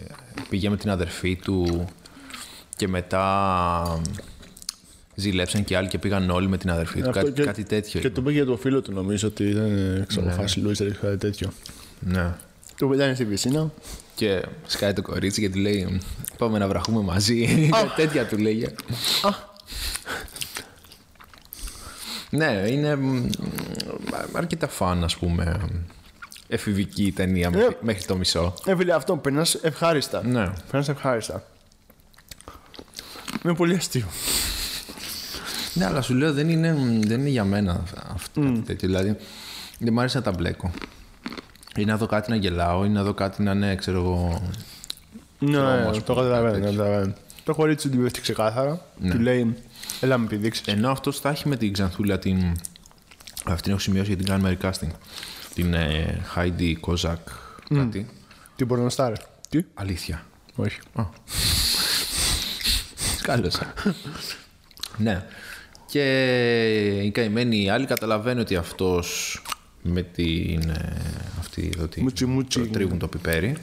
[SPEAKER 1] ε, πήγε με την αδερφή του και μετά ζηλέψαν και άλλοι και πήγαν όλοι με την αδερφή του.
[SPEAKER 2] Αυτό
[SPEAKER 1] Κάτι,
[SPEAKER 2] και-
[SPEAKER 1] κάτι τέτοιο.
[SPEAKER 2] Και του πήγε για το φίλο του, νομίζω ότι ήταν ξαφνικά Λούιζερ ή κάτι τέτοιο.
[SPEAKER 1] Ναι.
[SPEAKER 2] Του πετάνε στην πισίνα.
[SPEAKER 1] Και σκάει το κορίτσι και του λέει: Πάμε να βραχούμε μαζί. Τέτοια του λέγε. ναι, είναι μ, αρκετά φαν, ας πούμε. Εφηβική η ταινία μέχρι-
[SPEAKER 2] Ε.
[SPEAKER 1] μέχρι το μισό.
[SPEAKER 2] Ε, φίλε, αυτό περνά ευχάριστα.
[SPEAKER 1] Ναι.
[SPEAKER 2] Περνά ευχάριστα. Είναι πολύ αστείο.
[SPEAKER 1] Ναι, αλλά σου λέω δεν είναι, μ, δεν είναι για μένα αυτό. Δηλαδή, δεν μου αρέσει να τα μπλέκω. Ή να δω κάτι να γελάω, ή να δω κάτι να είναι, ξέρω εγώ.
[SPEAKER 2] Ναι,
[SPEAKER 1] ας
[SPEAKER 2] το καταλαβαίνω. το καταλαβαίνω. Το κορίτσι του την πέφτει ξεκάθαρα. Του λέει, έλα με επιδείξει.
[SPEAKER 1] Ενώ αυτός τα έχει με την Ξανθούλα την. Αυτήν έχω σημειώσει γιατί την κάνουμε recasting. Την ε, Heidi Kozak. Κάτι.
[SPEAKER 2] Τι μπορεί να στάρει. Τι.
[SPEAKER 1] Αλήθεια.
[SPEAKER 2] Όχι.
[SPEAKER 1] Σκάλωσα. ναι. Και ε, η καημένη η άλλη καταλαβαίνει ότι αυτός με την. ε, αυτή εδώ την.
[SPEAKER 2] Μουτσι, μουτσι.
[SPEAKER 1] το τρίβουν το πιπέρι.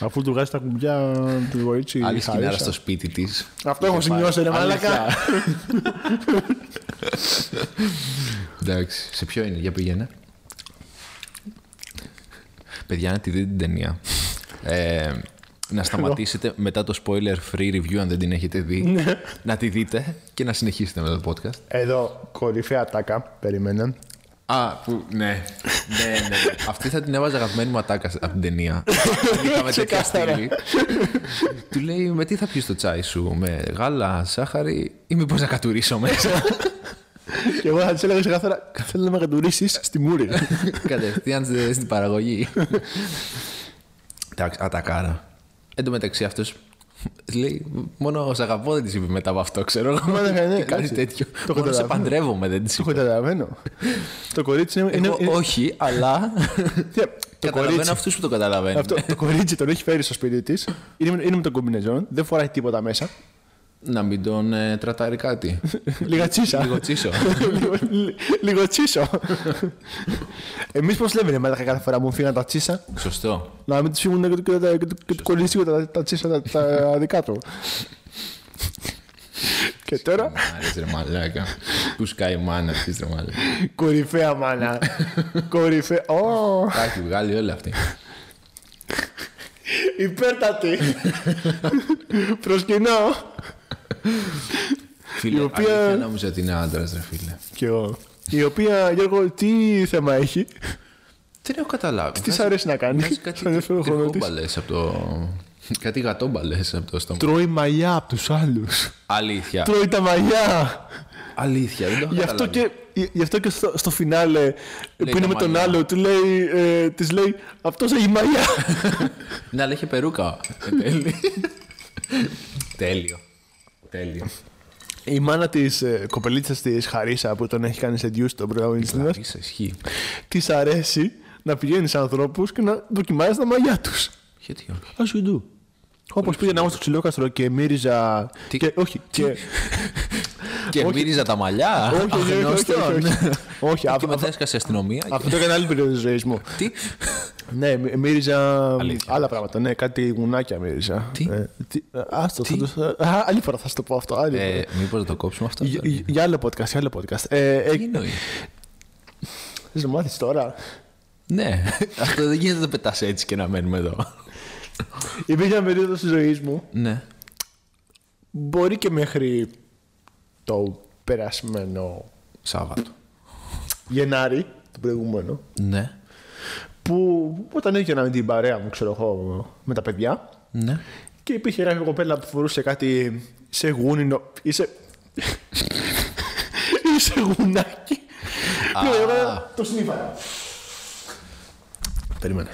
[SPEAKER 2] Αφού του βγάζει τα κουμπιά του κορίτσι.
[SPEAKER 1] Άλλη
[SPEAKER 2] χάρισα.
[SPEAKER 1] σκηνάρα στο σπίτι της.
[SPEAKER 2] Αυτό έχω σημειώσει, ρε μαλακά.
[SPEAKER 1] Εντάξει. Σε ποιο είναι, για πήγαινε. Παιδιά, να τη δείτε την ταινία. Ε, να σταματήσετε μετά το spoiler free review, αν δεν την έχετε δει. να τη δείτε και να συνεχίσετε με το podcast.
[SPEAKER 2] Εδώ κορυφαία τάκα. Περιμένε.
[SPEAKER 1] Α, που, ναι. ναι, ναι. Αυτή θα την έβαζα αγαπημένη μου ατάκα από την ταινία. Δεν είχαμε τέτοια
[SPEAKER 2] Ξεκάθαρα.
[SPEAKER 1] στήλη. Του λέει, με τι θα πιεις το τσάι σου, με γάλα, σάχαρη ή μήπως να κατουρίσω μέσα.
[SPEAKER 2] Και εγώ θα της έλεγα ξεκάθαρα, θέλω να με κατουρίσεις στη μούρη.
[SPEAKER 1] Κατευθείαν στη- στην παραγωγή. Εντάξει, ατακάρα. Εν τω μεταξύ αυτός λέει: Μόνο σ' αγαπώ δεν της είπε μετά από αυτό, ξέρω εγώ.
[SPEAKER 2] Μα, ναι, ναι,
[SPEAKER 1] Και Κάτι
[SPEAKER 2] εντάξει.
[SPEAKER 1] τέτοιο.
[SPEAKER 2] Το
[SPEAKER 1] Μόνο σε
[SPEAKER 2] καταλαβαίνω.
[SPEAKER 1] παντρεύομαι δεν της
[SPEAKER 2] Το
[SPEAKER 1] είπε.
[SPEAKER 2] καταλαβαίνω. Το κορίτσι είναι. είναι-
[SPEAKER 1] Εγώ
[SPEAKER 2] είναι-
[SPEAKER 1] όχι, αλλά.
[SPEAKER 2] Τι, Το
[SPEAKER 1] Καταλαβαίνω
[SPEAKER 2] κορίτσι.
[SPEAKER 1] αυτούς που το καταλαβαίνουν.
[SPEAKER 2] Ε, Αυτό, το κορίτσι τον έχει φέρει στο σπίτι της. Είναι, με- είναι με τον κομπινεζόν, δεν φοράει τίποτα μέσα.
[SPEAKER 1] Να μην τον ε, τρατάρει κάτι.
[SPEAKER 2] Λίγα τσίσα.
[SPEAKER 1] Λίγο τσίσο.
[SPEAKER 2] λίγο, λι- λίγο τσίσο. Εμείς πώς λέμε, ρε Μαλάκα, κάθε φορά μου φύγαν τα τσίσα.
[SPEAKER 1] Σωστό.
[SPEAKER 2] Να μην τους φύγουν και του- και τα- και του- και του κολλήσει τα, τα τσίσα τα, τα δικά του. και τώρα,
[SPEAKER 1] Μ' άρεσε, ρε μαλάκα. Πού σκάει η μάνα της, ρε μαλάκα.
[SPEAKER 2] κορυφαία μάνα. κορυφαία. Ω,
[SPEAKER 1] Τα έχει βγάλει όλα αυτή.
[SPEAKER 2] υπέρτατη. Προσκυνώ.
[SPEAKER 1] Φίλε,
[SPEAKER 2] Η οποία-
[SPEAKER 1] αλήθεια νόμιζα ότι είναι άντρας, ρε φίλε.
[SPEAKER 2] Κι εγώ. Η οποία, Γιώργο, τι θέμα έχει.
[SPEAKER 1] Δεν έχω καταλάβει.
[SPEAKER 2] Τι σ' αρέσει να κάνεις.
[SPEAKER 1] Βγάζει
[SPEAKER 2] Σαν
[SPEAKER 1] κάτι
[SPEAKER 2] ελεύθερο χρόνο της.
[SPEAKER 1] τριχόμπαλες από το... Κάτι γατόμπαλες από το στόμα.
[SPEAKER 2] Τρώει μαλλιά από τους άλλους.
[SPEAKER 1] Αλήθεια.
[SPEAKER 2] Τρώει τα μαλλιά.
[SPEAKER 1] Αλήθεια, δεν το έχω
[SPEAKER 2] Γι' αυτό
[SPEAKER 1] καταλάβει.
[SPEAKER 2] και, γι' αυτό και στο, στο φινάλε που είναι
[SPEAKER 1] τα
[SPEAKER 2] με τον
[SPEAKER 1] μαλλιά.
[SPEAKER 2] άλλο, του λέει, ε, της λέει αυτός έχει μαλλιά.
[SPEAKER 1] Ναι, αλλά είχε περούκα. Ε, τέλειο. Τέλειο. Τέλειο.
[SPEAKER 2] Η μάνα της ε, κοπελίτσας της Χαρίσα που τον έχει κάνει σε ντιούς τον πρωταγωνιστή μας,
[SPEAKER 1] Είσαι ισχύει.
[SPEAKER 2] της αρέσει να πηγαίνει σε ανθρώπους και να δοκιμάζει τα μαλλιά τους.
[SPEAKER 1] Γιατί όχι.
[SPEAKER 2] As you do. Όπως πήγαινα εγώ στο ξυλόκαστρο και μύριζα...
[SPEAKER 1] Τι-
[SPEAKER 2] Και, όχι, και,
[SPEAKER 1] Και μύριζα τα μαλλιά.
[SPEAKER 2] όχι, όχι, όχι, όχι,
[SPEAKER 1] αγνώστων.
[SPEAKER 2] όχι, όχι. όχι,
[SPEAKER 1] Και
[SPEAKER 2] αυτό-
[SPEAKER 1] μετά έσκασε η αστυνομία. και-
[SPEAKER 2] αυτό το έκανε άλλη περίοδος της ζωής μου.
[SPEAKER 1] Τι.
[SPEAKER 2] Ναι, μυ- μύριζα
[SPEAKER 1] Αλήθεια.
[SPEAKER 2] άλλα πράγματα. Ναι, κάτι γουνάκια μύριζα.
[SPEAKER 1] Τι?
[SPEAKER 2] Ε, τι άστο, θα το- α, άλλη φορά θα σου το πω αυτό. Άλλη φορά.
[SPEAKER 1] Ε, Μήπως να το κόψουμε αυτό.
[SPEAKER 2] Για-
[SPEAKER 1] τώρα?
[SPEAKER 2] για- Για άλλο podcast, για άλλο podcast. Ε, ε,
[SPEAKER 1] Τι εννοείς.
[SPEAKER 2] θες να μάθεις τώρα.
[SPEAKER 1] Ναι, αυτό δεν γίνεται να το πετάς έτσι και να μένουμε εδώ.
[SPEAKER 2] Υπήρχε μια περίοδος της ζωής μου,
[SPEAKER 1] Ναι.
[SPEAKER 2] μπορεί και μέχρι το περασμένο
[SPEAKER 1] Σάββατο.
[SPEAKER 2] Γενάρη, το προηγούμενο,
[SPEAKER 1] Ναι.
[SPEAKER 2] που όταν έγινα με την παρέα μου, ξέρω εγώ, με τα παιδιά,
[SPEAKER 1] Ναι.
[SPEAKER 2] και υπήρχε κάποια κοπέλα που φορούσε κάτι σε γούνινο ή σε. ή σε γουνάκι. Και εγώ το σνίφαρα. Περίμενε.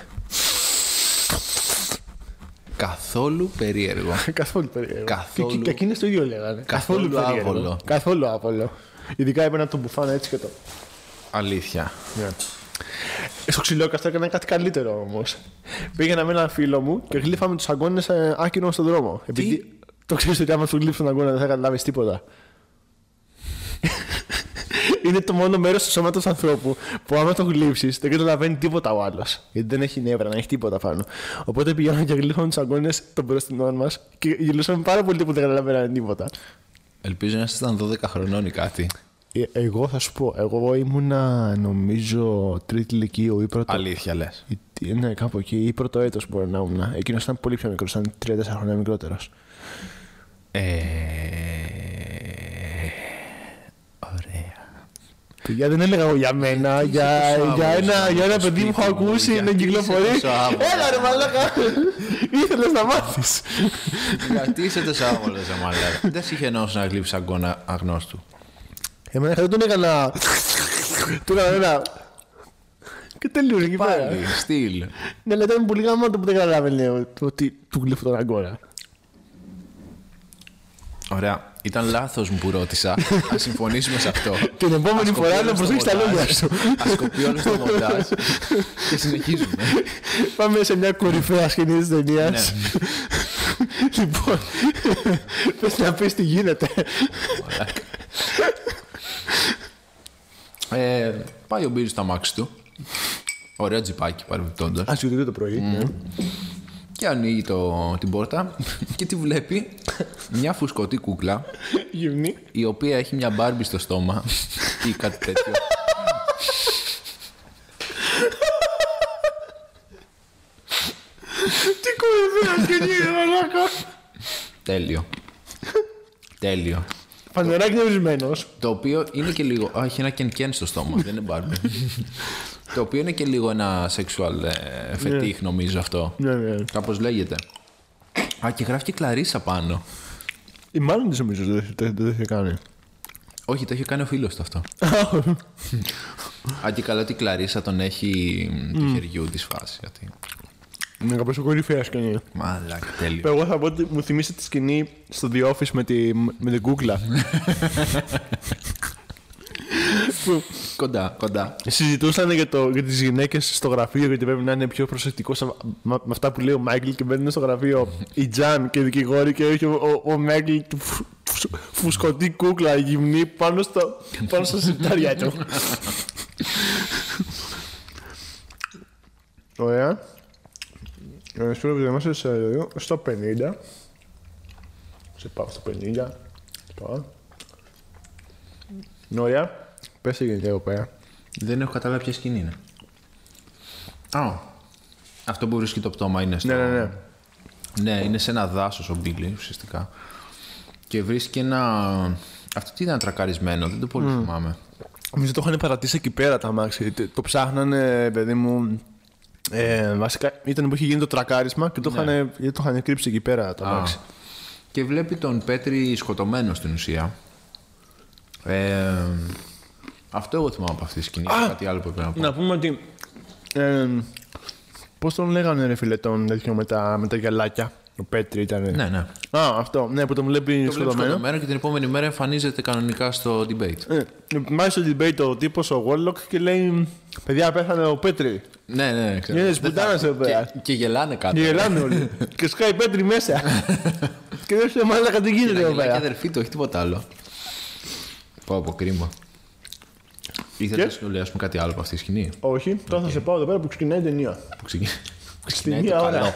[SPEAKER 1] Καθόλου περίεργο.
[SPEAKER 2] Καθόλου περίεργο.
[SPEAKER 1] Καθόλου.
[SPEAKER 2] Και, και εκείνες το ίδιο λέγανε.
[SPEAKER 1] Καθόλου
[SPEAKER 2] περίεργο.
[SPEAKER 1] άβολο.
[SPEAKER 2] Καθόλου άβολο. Ειδικά έπαιρνα τον μπουφάν έτσι και το.
[SPEAKER 1] Αλήθεια.
[SPEAKER 2] Στο ξυλόκαστρο έκανα κάτι καλύτερο όμως. Πήγαινα με έναν φίλο μου και γλύφαμε τους αγκώνε άκυρο στον δρόμο. Επειδή το ξέρεις ότι άμα σου γλύψει τον αγκώνα δεν θα καταλάβεις τίποτα. Είναι το μόνο μέρος του σώματος ανθρώπου που άμα το γλύψεις δεν καταλαβαίνει τίποτα ο άλλος. Γιατί δεν έχει νεύρα, δεν έχει τίποτα πάνω. Οπότε πηγαίναμε και γλύφαμε τους αγκώνε των μπροστινών μας και γελούσαμε πάρα πολύ που δεν καταλαβαίνανε τίποτα.
[SPEAKER 1] Ελπίζω να ήσασταν 12 χρονών ή κάτι.
[SPEAKER 2] Ε, εγώ θα σου πω, εγώ ήμουνα νομίζω τρίτη ηλικίου ή πρώτο.
[SPEAKER 1] Αλήθεια λες.
[SPEAKER 2] Ή τι- Ναι, κάπου εκεί, ή πρώτο έτος μπορεί να ήμουν. Εκείνος ήταν πολύ πιο μικρός, ήταν 34 χρόνια μικρότερος.
[SPEAKER 1] Ε... Ωραία.
[SPEAKER 2] Παιδιά, δεν έλεγα εγώ για μένα, για,
[SPEAKER 1] ξυπνάω,
[SPEAKER 2] για, ένα,
[SPEAKER 1] ξυπνάω
[SPEAKER 2] για ένα
[SPEAKER 1] στο
[SPEAKER 2] παιδί που έχω
[SPEAKER 1] σπίτι μου,
[SPEAKER 2] ακούσει
[SPEAKER 1] γιατί
[SPEAKER 2] να κυκλοφορεί.
[SPEAKER 1] είσαι τόσο άβολα.
[SPEAKER 2] Έλα ρε μαλάκα! Ήθελες να μάθεις.
[SPEAKER 1] Γιατί είσαι τόσο άβολο, Ζαμαλά. Δεν σε είχε νόημα να γλύψεις αγκώνα αγνώστου.
[SPEAKER 2] Εμένα δεν τον έκανα... Του έκανα ένα... Και τελείωσε εκεί πέρα.
[SPEAKER 1] Πάλι, στυλ.
[SPEAKER 2] Ναι, αλλά ήταν πολύ γαμάτο που δεν καταλάβαινε ότι του γλύφω τον αγκώνα.
[SPEAKER 1] Ωραία. Ήταν λάθος μου που ρώτησα. Α συμφωνήσουμε σε αυτό.
[SPEAKER 2] Την επόμενη φορά να προσέχεις τα λόγια σου.
[SPEAKER 1] Ας κοπεί όλος το μοντάζ και συνεχίζουμε.
[SPEAKER 2] Πάμε σε μια κορυφαία σκηνή της ταινίας. λοιπόν, θες να πεις τι γίνεται.
[SPEAKER 1] Ε, πάει ο Μπίρι στο αμάξι του. Ωραίο τζιπάκι παρεμπιπτόντω.
[SPEAKER 2] Ας το πρωί. ναι.
[SPEAKER 1] Και ανοίγει το, την πόρτα και τη βλέπει μια φουσκωτή κούκλα
[SPEAKER 2] Γυμνή.
[SPEAKER 1] η οποία έχει μια μπάρμπι στο στόμα ή κάτι τέτοιο.
[SPEAKER 2] Τι κορυφαία σκηνή είναι, μαλάκα.
[SPEAKER 1] Τέλειο. Τέλειο.
[SPEAKER 2] Φανερά γνωρισμένος.
[SPEAKER 1] Το οποίο είναι και λίγο. Α, έχει ένα κενκέν στο στόμα, δεν είναι μπάρμπι. το οποίο είναι και λίγο ένα sexual ε, φετίχ, νομίζω αυτό.
[SPEAKER 2] Ναι, ναι.
[SPEAKER 1] Κάπως λέγεται. Α, και γράφει και Κλαρίσα πάνω.
[SPEAKER 2] Η μάλλον της νομίζω δεν το- δεν το είχε κάνει.
[SPEAKER 1] Όχι, το έχει κάνει ο φίλος του αυτό. Α, και καλά ότι η Κλαρίσα τον έχει του χεριού της φάση. Ότι...
[SPEAKER 2] Είναι κάπως κορυφαία σκηνή.
[SPEAKER 1] Μαλάκα, τέλειος.
[SPEAKER 2] Εγώ θα πω ότι μου θυμίσε τη σκηνή στο The Office με, τη, με την κούκλα. Που
[SPEAKER 1] κοντά, κοντά.
[SPEAKER 2] συζητούσαν για, το, για τις γυναίκες στο γραφείο γιατί πρέπει να είναι πιο προσεκτικός με, με αυτά που λέει ο Μάικλ και μπαίνουν στο γραφείο η Τζαν και οι δικηγόροι και έχει ο, ο, ο Μάικλ του φου- φου- φουσκωτή κούκλα γυμνή πάνω, στο, πάνω στα σιρτάρια του. Ωραία. Ε, Ευχαριστούμε που είμαστε στο 50. Σε πάω στο 50. Πάω. Ωραία. Πες τι γίνεται εδώ πέρα.
[SPEAKER 1] Δεν έχω καταλάβει ποια σκηνή είναι. Α, αυτό που βρίσκει το πτώμα είναι στο...
[SPEAKER 2] Ναι, ναι, ναι.
[SPEAKER 1] Ναι, είναι σε ένα δάσος ο Μπίλι ουσιαστικά. Και βρίσκει ένα. Αυτό τι ήταν τρακαρισμένο, δεν το πολύ θυμάμαι.
[SPEAKER 2] Νομίζω το είχαν παρατήσει εκεί πέρα τα αμάξι. Το, το ψάχνανε, παιδί μου. Ε, βασικά ήταν που είχε γίνει το τρακάρισμα και το είχαν, γιατί το είχαν κρύψει εκεί πέρα τα
[SPEAKER 1] Α.
[SPEAKER 2] αμάξι.
[SPEAKER 1] Και βλέπει τον Πέτρη σκοτωμένο στην ουσία. Ε, αυτό εγώ θυμάμαι από αυτή τη σκηνή. Κάτι άλλο που έπρεπε να πω.
[SPEAKER 2] Να πούμε ότι. Ε, Πώς τον λέγανε ρε φίλε τον τέτοιο με τα, με τα γυαλάκια. Ο Πέτρη ήταν.
[SPEAKER 1] Ναι, ναι.
[SPEAKER 2] Α, αυτό. Ναι, που τον βλέπει
[SPEAKER 1] Το βλέπεις
[SPEAKER 2] σκοτωμένο.
[SPEAKER 1] σκοτωμένο και την επόμενη μέρα εμφανίζεται κανονικά στο debate.
[SPEAKER 2] Ε, Μάλιστα στο debate ο τύπος ο Warlock και λέει Παιδιά, πέθανε ο Πέτρη.
[SPEAKER 1] Ναι, ναι, ναι. ξέρω.
[SPEAKER 2] Είναι
[SPEAKER 1] Δεν θα-
[SPEAKER 2] σπουτάνας εδώ πέρα.
[SPEAKER 1] Και, και γελάνε κάτω.
[SPEAKER 2] Και γελάνε όλοι. και σκάει Πέτρη μέσα. και δεν σου μάλλον τι γίνεται
[SPEAKER 1] Γελάει
[SPEAKER 2] εδώ
[SPEAKER 1] και
[SPEAKER 2] πέρα.
[SPEAKER 1] αδερφή του, όχι τίποτα άλλο. Πω από κρίμα. Ήθελα να σχολιάσουμε κάτι άλλο από αυτή τη σκηνή.
[SPEAKER 2] Όχι, τώρα θα σε πάω εδώ πέρα που ξεκινάει η ταινία.
[SPEAKER 1] Που ξεκινάει.
[SPEAKER 2] Στη
[SPEAKER 1] ξεκινάει
[SPEAKER 2] μία
[SPEAKER 1] Ναι, το
[SPEAKER 2] ώρα.
[SPEAKER 1] καλό.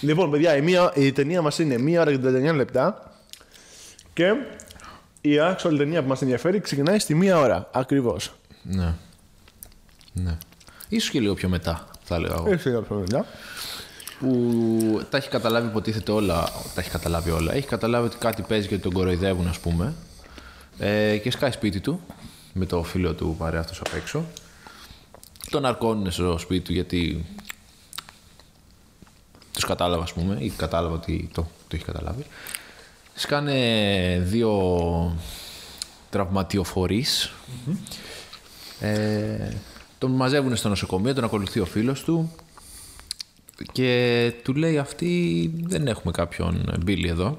[SPEAKER 2] Λοιπόν, παιδιά, η, μία, η ταινία μας είναι 1 ώρα και 39 λεπτά. Και η actual ταινία που μας ενδιαφέρει ξεκινάει στη 1 ώρα ακριβώς.
[SPEAKER 1] Ναι. Ναι. Ίσως και λίγο πιο μετά, θα έλεγα εγώ.
[SPEAKER 2] Έχει ένα πρόβλημα.
[SPEAKER 1] Που τα έχει καταλάβει, υποτίθεται όλα. Τα έχει καταλάβει όλα. Έχει καταλάβει ότι κάτι παίζει και ότι τον κοροϊδεύουν, ας πούμε. Ε, και σκάει σπίτι του με το φίλο του παρέα αυτός απ' έξω. Τον αρκώνουν στο σπίτι του γιατί τους κατάλαβα, ας πούμε, ή κατάλαβα ότι το, το έχει καταλάβει. Σκάνε δύο τραυματιοφορείς. Ε, τον μαζεύουν στο νοσοκομείο, τον ακολουθεί ο φίλος του και του λέει αυτή δεν έχουμε κάποιον Μπίλι εδώ.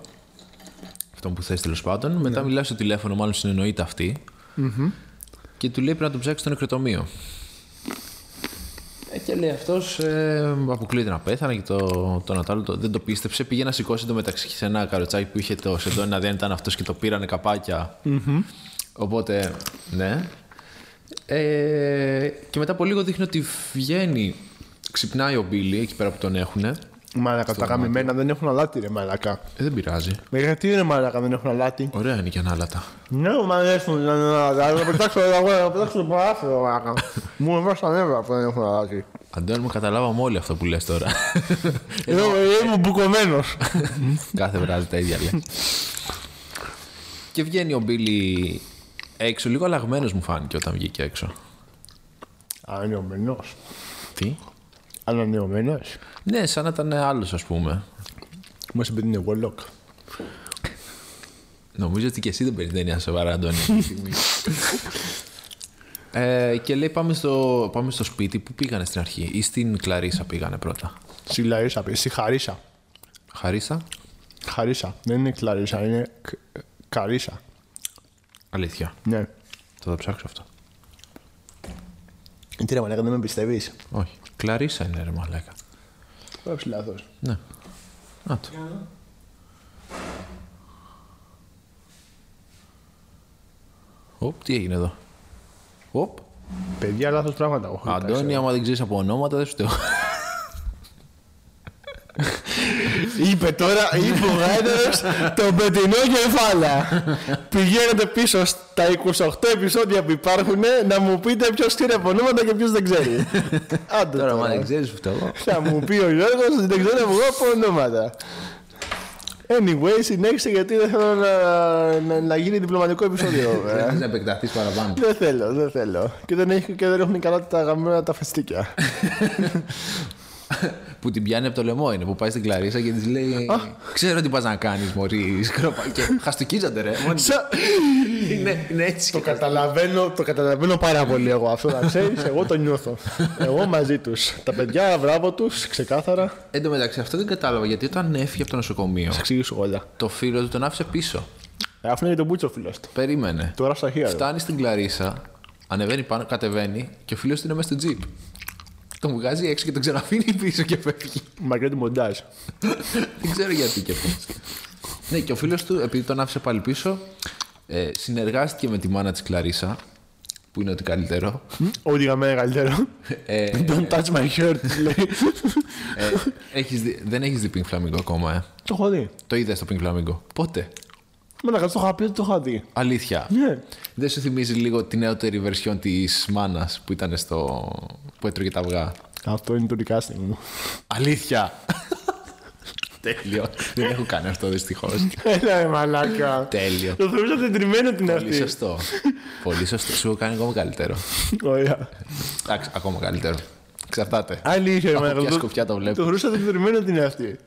[SPEAKER 1] Αυτόν που θες τέλος πάντων. Μετά μιλάει στο τηλέφωνο, μάλλον συνεννοείται αυτή. Και του λέει πρέπει να τον ψάξεις στο νεκροτομείο. Ε, και λέει αυτός, ε, αποκλείεται να πέθανε και το, το Νατάλο το, δεν το πίστεψε. Πήγε να σηκώσει το μεταξύ σε ένα καροτσάκι που είχε το σεντόνι να δεν ήταν αυτός και το πήρανε καπάκια. Οπότε, ναι. Ε, και μετά από λίγο δείχνει ότι βγαίνει, ξυπνάει ο Μπίλι εκεί πέρα που τον έχουν. Ε,
[SPEAKER 2] Μαλάκα, τα γαμημένα δεν έχουν αλάτι, ρε μαλάκα.
[SPEAKER 1] δεν πειράζει.
[SPEAKER 2] Με γιατί ρε μαλάκα δεν έχουν αλάτι.
[SPEAKER 1] Ωραία είναι και ανάλατα.
[SPEAKER 2] Ναι, μου αρέσουν να είναι αλάτι. Να πετάξω εγώ, να πετάξω το παράθυρο, μαλάκα. Μου έβγαλε τα νεύρα που δεν έχουν αλάτι.
[SPEAKER 1] Αντώνη μου, καταλάβαμε όλοι αυτό που λες τώρα.
[SPEAKER 2] Εγώ ήμουν μπουκωμένος.
[SPEAKER 1] Κάθε βράδυ τα ίδια λέει. και βγαίνει ο Μπίλι έξω. Λίγο αλλαγμένος μου φάνηκε όταν βγήκε έξω.
[SPEAKER 2] Ανανεωμένο.
[SPEAKER 1] Τι?
[SPEAKER 2] Ανανεωμένος.
[SPEAKER 1] Ναι, σαν να ήταν άλλος, ας πούμε.
[SPEAKER 2] Μα είπε είναι Warlock.
[SPEAKER 1] Νομίζω ότι και εσύ δεν παίρνει ταινία σοβαρά, Αντώνη. αυτή τη στιγμή. ε, και λέει πάμε στο, πάμε στο σπίτι που πήγανε στην αρχή. Ή στην Κλαρίσα πήγανε πρώτα.
[SPEAKER 2] Συλλαρίσα, πει. Συγχαρίσα.
[SPEAKER 1] Χαρίσα.
[SPEAKER 2] Χαρίσα. Δεν είναι κλαρίσα, είναι κ- καρίσα.
[SPEAKER 1] Αλήθεια.
[SPEAKER 2] Ναι.
[SPEAKER 1] Θα το ψάξω αυτό.
[SPEAKER 2] Τι ρε μαλάκα, δεν με πιστεύει.
[SPEAKER 1] Όχι. Κλαρίσα είναι ρε μαλάκα.
[SPEAKER 2] Γράψει λάθο.
[SPEAKER 1] Ναι. Να το. Οπ, τι έγινε εδώ. Οπ.
[SPEAKER 2] Παιδιά, λάθος πράγματα. έχω κοιτάξει.
[SPEAKER 1] Αντώνη, άμα δεν ξέρεις από ονόματα, δεν φταίω.
[SPEAKER 2] Είπε τώρα, είπε ο Γάιντερος, το πετεινό κεφάλα. Πηγαίνετε πίσω στα 28 επεισόδια που υπάρχουν να μου πείτε ποιος ξέρει από ονόματα και ποιος δεν ξέρει. Άντε
[SPEAKER 1] Τώρα, άμα δεν
[SPEAKER 2] τώρα.
[SPEAKER 1] ξέρει, φταίω.
[SPEAKER 2] Θα μου πει ο Γιώργος ότι δεν ξέρω εγώ από ονόματα. Anyway, συνέχισε γιατί δεν θέλω να, να, να γίνει διπλωματικό επεισόδιο. βέβαια.
[SPEAKER 1] Πρέπει να επεκταθείς παραπάνω.
[SPEAKER 2] δεν θέλω, δεν θέλω. Και δεν, έχει, και δεν έχουν καλά τα γαμμένα τα φεστίκια.
[SPEAKER 1] που την πιάνει από το λαιμό είναι, που πάει στην Κλαρίσα και της λέει. Ξέρω τι πας να κάνεις, Μωρή. Σκρόπα. Και χαστοκίζονται, ρε. μόνοι τους.
[SPEAKER 2] Σα-
[SPEAKER 1] είναι, είναι έτσι.
[SPEAKER 2] Το καταλαβαίνω, το καταλαβαίνω πάρα πολύ εγώ αυτό να ξέρεις. Εγώ το νιώθω. Εγώ μαζί τους. Τα παιδιά, μπράβο τους, ξεκάθαρα. Θα
[SPEAKER 1] Ε, Εν τω μεταξύ, αυτό δεν κατάλαβα γιατί όταν έφυγε από το νοσοκομείο,
[SPEAKER 2] εξηγήσω όλα.
[SPEAKER 1] το φίλο του τον άφησε πίσω.
[SPEAKER 2] Ε, Αυτό είναι το μπούτσο φίλος του.
[SPEAKER 1] Περίμενε.
[SPEAKER 2] Τώρα στα χέρια. του.
[SPEAKER 1] Φτάνει στην Κλαρίσα, ανεβαίνει πάνω, κατεβαίνει και ο φίλος του είναι μέσα στο τζιπ. Τον βγάζει έξω και τον ξαναφύγει πίσω και φεύγει.
[SPEAKER 2] Μακριά του μοντάζ.
[SPEAKER 1] Δεν ξέρω γιατί και πώς. ναι, και ο φίλος του, επειδή τον άφησε πάλι πίσω, ε, συνεργάστηκε με τη μάνα της Κλαρίσα, που είναι ότι καλύτερο.
[SPEAKER 2] Ό,τι για μένα καλύτερο.
[SPEAKER 1] Ε,
[SPEAKER 2] Don't touch my hair, της λέει.
[SPEAKER 1] ε, έχεις δει- δεν έχεις δει Pink Flamingo ακόμα, ε.
[SPEAKER 2] Το έχω δει.
[SPEAKER 1] Το είδες στο Pink Flamingo. Πότε.
[SPEAKER 2] Μα να το είχα πει ότι το είχα δει.
[SPEAKER 1] Αλήθεια.
[SPEAKER 2] Ναι.
[SPEAKER 1] Δεν σου θυμίζει λίγο τη νεότερη βερσιόν της μάνας που ήταν στο. που έτρωγε τα αυγά.
[SPEAKER 2] Αυτό είναι το recasting μου.
[SPEAKER 1] Αλήθεια. Τέλειο. Δεν έχω κάνει αυτό δυστυχώς.
[SPEAKER 2] Έλα, ρε μαλάκα.
[SPEAKER 1] Τέλειο.
[SPEAKER 2] Το θεωρούσα τεντριμμένο την
[SPEAKER 1] Πολύ
[SPEAKER 2] αυτή.
[SPEAKER 1] σωστό. Πολύ σωστό. Σου έχω κάνει ακόμα καλύτερο.
[SPEAKER 2] Ωραία.
[SPEAKER 1] Εντάξει, ακόμα καλύτερο. Εξαρτάται.
[SPEAKER 2] Αλήθεια, ρε
[SPEAKER 1] Από
[SPEAKER 2] μαλάκα.
[SPEAKER 1] ποια
[SPEAKER 2] το-
[SPEAKER 1] σκοπιά το βλέπω.
[SPEAKER 2] Το θεωρούσα τεντριμμένο την αυτή.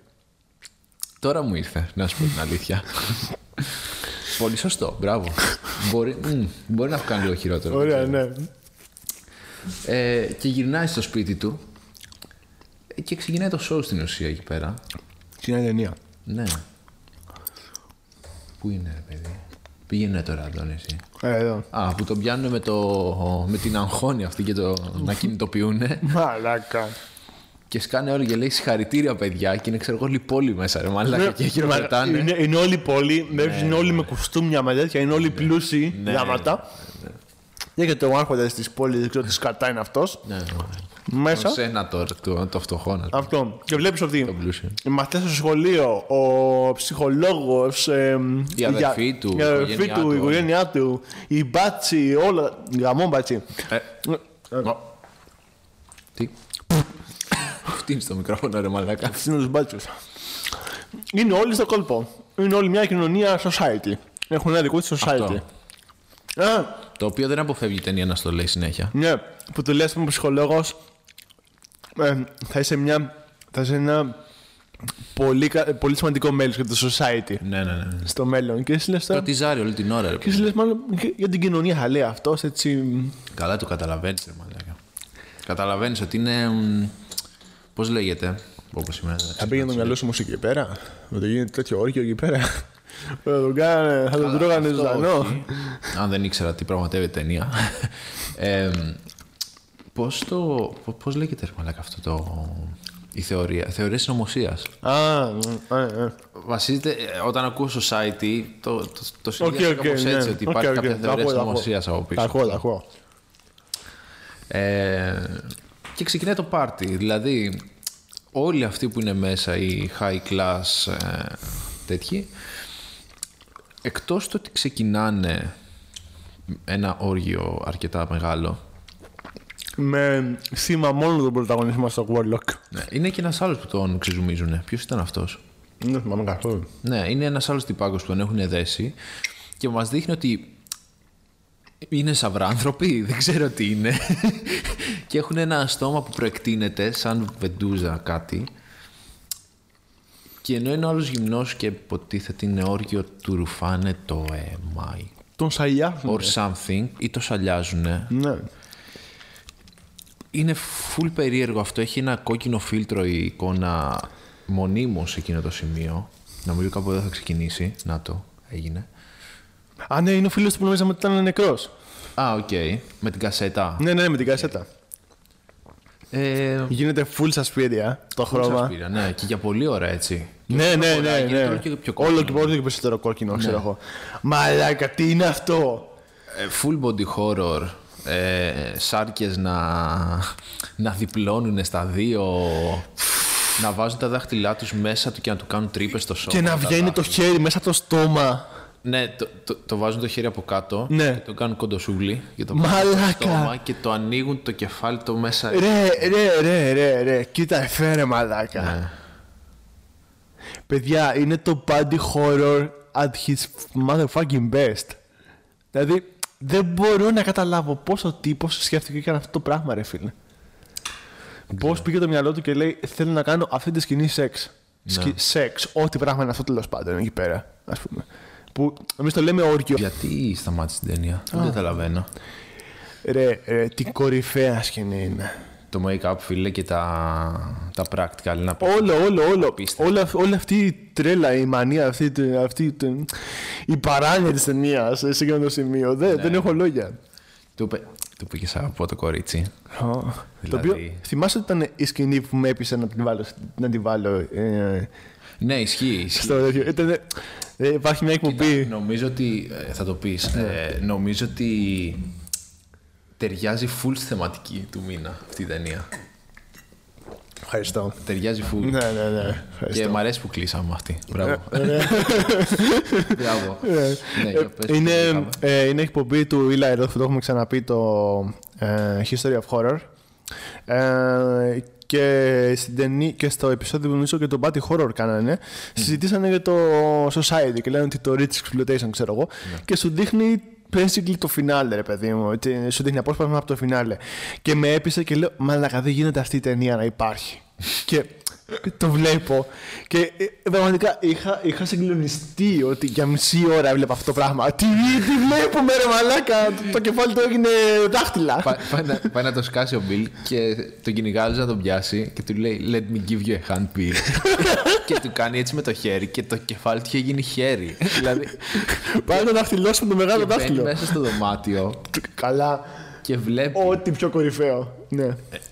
[SPEAKER 1] Τώρα μου ήρθε, να σου πω την αλήθεια. Πολύ σωστό. Μπράβο. Μπορεί, μμ, μπορεί να έχω κάνει λίγο χειρότερο.
[SPEAKER 2] Ωραία, ναι.
[SPEAKER 1] Ε, και γυρνάει στο σπίτι του και ξεκινάει το show στην ουσία εκεί πέρα.
[SPEAKER 2] Τι είναι ταινία.
[SPEAKER 1] Ναι. Πού είναι, ρε παιδί. Πήγαινε τώρα, Αντώνης, εσύ.
[SPEAKER 2] Ε, Εδώ.
[SPEAKER 1] Α, που τον πιάνουν με, το, με την αγχώνη αυτή και το, να κινητοποιούν.
[SPEAKER 2] Μαλάκα.
[SPEAKER 1] Και σκάνε όλοι και λέει συγχαρητήρια, παιδιά. Και είναι, ξέρω εγώ, όλη η πόλη μέσα, ρε μαλάκα.
[SPEAKER 2] Ναι,
[SPEAKER 1] Και
[SPEAKER 2] μα-
[SPEAKER 1] χειροκροτάνε.
[SPEAKER 2] Είναι, είναι όλοι πολλοί, ναι, είναι όλοι με κουστούμια, με τέτοια, είναι όλοι πλούσιοι, ναι, γάματα. Ναι. Και το άρχοντα τη πόλη, δεν ξέρω τι σκατά είναι αυτός.
[SPEAKER 1] Ναι, ναι.
[SPEAKER 2] Μέσα.
[SPEAKER 1] Το σένατορ, το, το φτωχό, να
[SPEAKER 2] Αυτό. Και βλέπεις
[SPEAKER 1] το
[SPEAKER 2] ότι
[SPEAKER 1] πλούσιο.
[SPEAKER 2] οι μαθητές στο σχολείο, ο ψυχολόγος,
[SPEAKER 1] Η αδερφή του,
[SPEAKER 2] η
[SPEAKER 1] η
[SPEAKER 2] αδερφή
[SPEAKER 1] οικογένειά
[SPEAKER 2] του, η
[SPEAKER 1] του,
[SPEAKER 2] οικογένειά του, η μπάτσι, όλα. Γαμόν μπάτσι.
[SPEAKER 1] Ε,
[SPEAKER 2] Ε, ε,
[SPEAKER 1] τι. Φτύνει το μικρόφωνο, ρε μαλάκα.
[SPEAKER 2] Αυτοί είναι τους μπάτσους. Είναι όλοι στο κόλπο. Είναι όλη μια κοινωνία society. Έχουν ένα δικό της society. Α,
[SPEAKER 1] Το οποίο δεν αποφεύγει η ταινία να στο λέει συνέχεια.
[SPEAKER 2] ναι, που του λέει, ας πούμε, ο ψυχολόγος, ε, θα είσαι, μια, θα είσαι ένα πολύ, κα- πολύ σημαντικό μέλος για το society
[SPEAKER 1] Ναι, ναι, ναι.
[SPEAKER 2] στο μέλλον. Και εσύ λες, τώρα-
[SPEAKER 1] Προτιζάρει όλη την ώρα, ρε
[SPEAKER 2] και
[SPEAKER 1] παιδί.
[SPEAKER 2] εσύ λες μάλλον και για την κοινωνία θα λέει αυτός, έτσι...
[SPEAKER 1] Καλά το καταλαβαίνεις, ρε μαλάκα. Καταλαβαίνεις ότι είναι. Πώς λέγεται. Όπως σήμερα.
[SPEAKER 2] Θα πήγαινε το μυαλό σου μουσική εκεί πέρα. Θα το γίνει τέτοιο όργιο εκεί πέρα. Θα τον κάνανε- θα τον τρώγανε
[SPEAKER 1] Αυτό
[SPEAKER 2] ζωντανό.
[SPEAKER 1] όχι. Αν δεν ήξερα τι πραγματεύεται η ταινία. ε, πώς το... πο- Πώς λέγεται ρε μαλάκα αυτό το... Η θεωρία, θεωρία συνωμοσίας.
[SPEAKER 2] Α, μ, ε, ε.
[SPEAKER 1] Βασίζεται, ε, όταν ακούω society, το, το, το
[SPEAKER 2] Οκ,
[SPEAKER 1] συνδυάζω
[SPEAKER 2] οκ,
[SPEAKER 1] κάπως
[SPEAKER 2] ναι.
[SPEAKER 1] έτσι, ότι
[SPEAKER 2] Οκ,
[SPEAKER 1] υπάρχει
[SPEAKER 2] οκ,
[SPEAKER 1] κάποια
[SPEAKER 2] τα
[SPEAKER 1] θεωρία
[SPEAKER 2] ακούω, τα ακούω.
[SPEAKER 1] συνωμοσία από
[SPEAKER 2] Τα
[SPEAKER 1] πίσω.
[SPEAKER 2] ακούω, τα ακούω.
[SPEAKER 1] Ε, και ξεκινάει το πάρτι. Δηλαδή, όλοι αυτοί που είναι μέσα, οι high class ε, τέτοιοι, εκτός το ότι ξεκινάνε ένα όργιο αρκετά μεγάλο,
[SPEAKER 2] Με σήμα μόνο τον πρωταγωνιστή μας στο Warlock.
[SPEAKER 1] ναι, είναι και ένας άλλος που τον ξεζουμίζουνε. Ποιος ήταν αυτός.
[SPEAKER 2] Δεν θυμάμαι καθόλου.
[SPEAKER 1] Ναι, είναι ένας άλλος τυπάκος που τον έχουν δέσει και μας δείχνει ότι είναι σαυράνθρωποι, δεν ξέρω τι είναι. και έχουν ένα στόμα που προεκτείνεται σαν βεντούζα κάτι. Και ενώ είναι ο άλλος γυμνός και υποτίθεται είναι όργιο του ρουφάνε το αίμα ή-
[SPEAKER 2] Τον σαλιάφουν.
[SPEAKER 1] or something ή το σαλιάζουνε.
[SPEAKER 2] Ναι.
[SPEAKER 1] Είναι full περίεργο αυτό. Έχει ένα κόκκινο φίλτρο η εικόνα μονίμως σε εκείνο το σημείο. Νομίζω κάπου εδώ θα ξεκινήσει. Να το, έγινε.
[SPEAKER 2] Α, ναι, είναι ο φίλος που νομίζαμε ότι ήταν νεκρός.
[SPEAKER 1] Α, οκ. Με την κασέτα.
[SPEAKER 2] Ναι, ναι, με την κασέτα.
[SPEAKER 1] Ε,
[SPEAKER 2] Γίνεται full σασπίδια το χρώμα.
[SPEAKER 1] σας πήρα, ναι, και για πολύ ώρα έτσι.
[SPEAKER 2] Ναι, ναι,
[SPEAKER 1] πολλά,
[SPEAKER 2] ναι.
[SPEAKER 1] γίνεται
[SPEAKER 2] ναι.
[SPEAKER 1] όλο και πιο κόκκινο. Ναι.
[SPEAKER 2] όλο και όλο και περισσότερο κόκκινο, ξέρω εγώ. Μαλάκα, τι είναι αυτό.
[SPEAKER 1] Ε, full body horror. Ε, σάρκες να, να διπλώνουν στα δύο. Να βάζουν τα δάχτυλά τους μέσα του και να του κάνουν τρύπες στο σώμα.
[SPEAKER 2] Και να
[SPEAKER 1] τα
[SPEAKER 2] βγαίνει το χέρι μέσα από το στόμα.
[SPEAKER 1] Ναι, το, το, το βάζουν το χέρι από κάτω
[SPEAKER 2] Ναι.
[SPEAKER 1] και το κάνουν κοντοσούβλι και το
[SPEAKER 2] Μαλάκα.
[SPEAKER 1] βάζουν στο στόμα και το ανοίγουν το κεφάλι το μέσα.
[SPEAKER 2] Ρε, ρε, ρε, ρε, ρε. Κοίτα, εφέρε μαλάκα.
[SPEAKER 1] Ναι.
[SPEAKER 2] Παιδιά, είναι το body horror at his motherfucking best. Δηλαδή, δεν μπορώ να καταλάβω πώς ο τύπος σκέφτηκε και έκανε αυτό το πράγμα, ρε φίλε. Πώς πήγε το μυαλό του και λέει: Θέλω να κάνω αυτή τη σκηνή σεξ. Σκη- Σεξ, ό,τι πράγμα είναι αυτό τέλος πάντων εκεί πέρα, ας πούμε. Που εμείς το λέμε όργιο.
[SPEAKER 1] Γιατί σταμάτησε την ταινία, δεν καταλαβαίνω.
[SPEAKER 2] Ρε, ρε, τι κορυφαία σκηνή είναι.
[SPEAKER 1] Το make-up, φίλε, και τα, τα practical. Να πω.
[SPEAKER 2] Όλο, όλο, όλο. Όλη, αυ- όλη αυτή η τρέλα, η μανία, αυτή, τε- αυτή, τε- η παράνοια της ταινίας σε εκείνο το σημείο. Δεν, δεν έχω λόγια.
[SPEAKER 1] Του είπε, του είπε και σ' αγαπώ το κορίτσι.
[SPEAKER 2] Το οποίο θυμάσαι ότι ήταν η σκηνή που με έπεισε να την βάλω, να την βάλω ε,
[SPEAKER 1] Ναι, ισχύει. ισχύει.
[SPEAKER 2] στο τέτοιο. Ήτανε- ε, υπάρχει μια εκπομπή.
[SPEAKER 1] Νομίζω ότι. ε, Θα το πεις.
[SPEAKER 2] Ναι.
[SPEAKER 1] νομίζω ότι ταιριάζει full στη θεματική του μήνα αυτή η ταινία.
[SPEAKER 2] Ευχαριστώ.
[SPEAKER 1] Ταιριάζει full.
[SPEAKER 2] Ναι, ναι, ναι.
[SPEAKER 1] Και
[SPEAKER 2] Ευχαριστώ.
[SPEAKER 1] μ' αρέσει που κλείσαμε αυτή. Μπράβο. Μπράβο. Ναι, για πες που
[SPEAKER 2] Είναι,
[SPEAKER 1] κλείσαμε.
[SPEAKER 2] ε, είναι εκπομπή του Eli Roth που το έχουμε ξαναπεί το ε, History of Horror. Ε, και, στην ταινί- και στο επεισόδιο που νομίζω και το Body Horror κάνανε, συζητήσανε για το Society και λένε ότι το Rich Exploitation, ξέρω εγώ, και σου δείχνει basically το φινάλε, ρε παιδί μου. ότι Σου δείχνει απόσπασμα από το φινάλε. Και με έπεισε και λέω, Μαλάκα, δεν γίνεται αυτή η ταινία να υπάρχει. και το βλέπω. Και ε, πραγματικά είχα, είχα συγκλονιστεί ότι για μισή ώρα έβλεπα αυτό το πράγμα. Τι, τι βλέπουμε, ρε Μαλάκα! Το, το κεφάλι του έγινε δάχτυλα.
[SPEAKER 1] Πά- πάει να- Πάει να το σκάσει ο Μπιλ και τον κυνηγάζει να τον πιάσει και του λέει Let me give you a hand, Bill. και του κάνει έτσι με το χέρι και το κεφάλι του είχε γίνει χέρι. δηλαδή,
[SPEAKER 2] Πάει να δαχτυλώσουμε το μεγάλο
[SPEAKER 1] και μπαίνει
[SPEAKER 2] δάχτυλο.
[SPEAKER 1] μέσα στο δωμάτιο
[SPEAKER 2] Καλά.
[SPEAKER 1] και βλέπει.
[SPEAKER 2] Ό,τι πιο κορυφαίο. Ναι.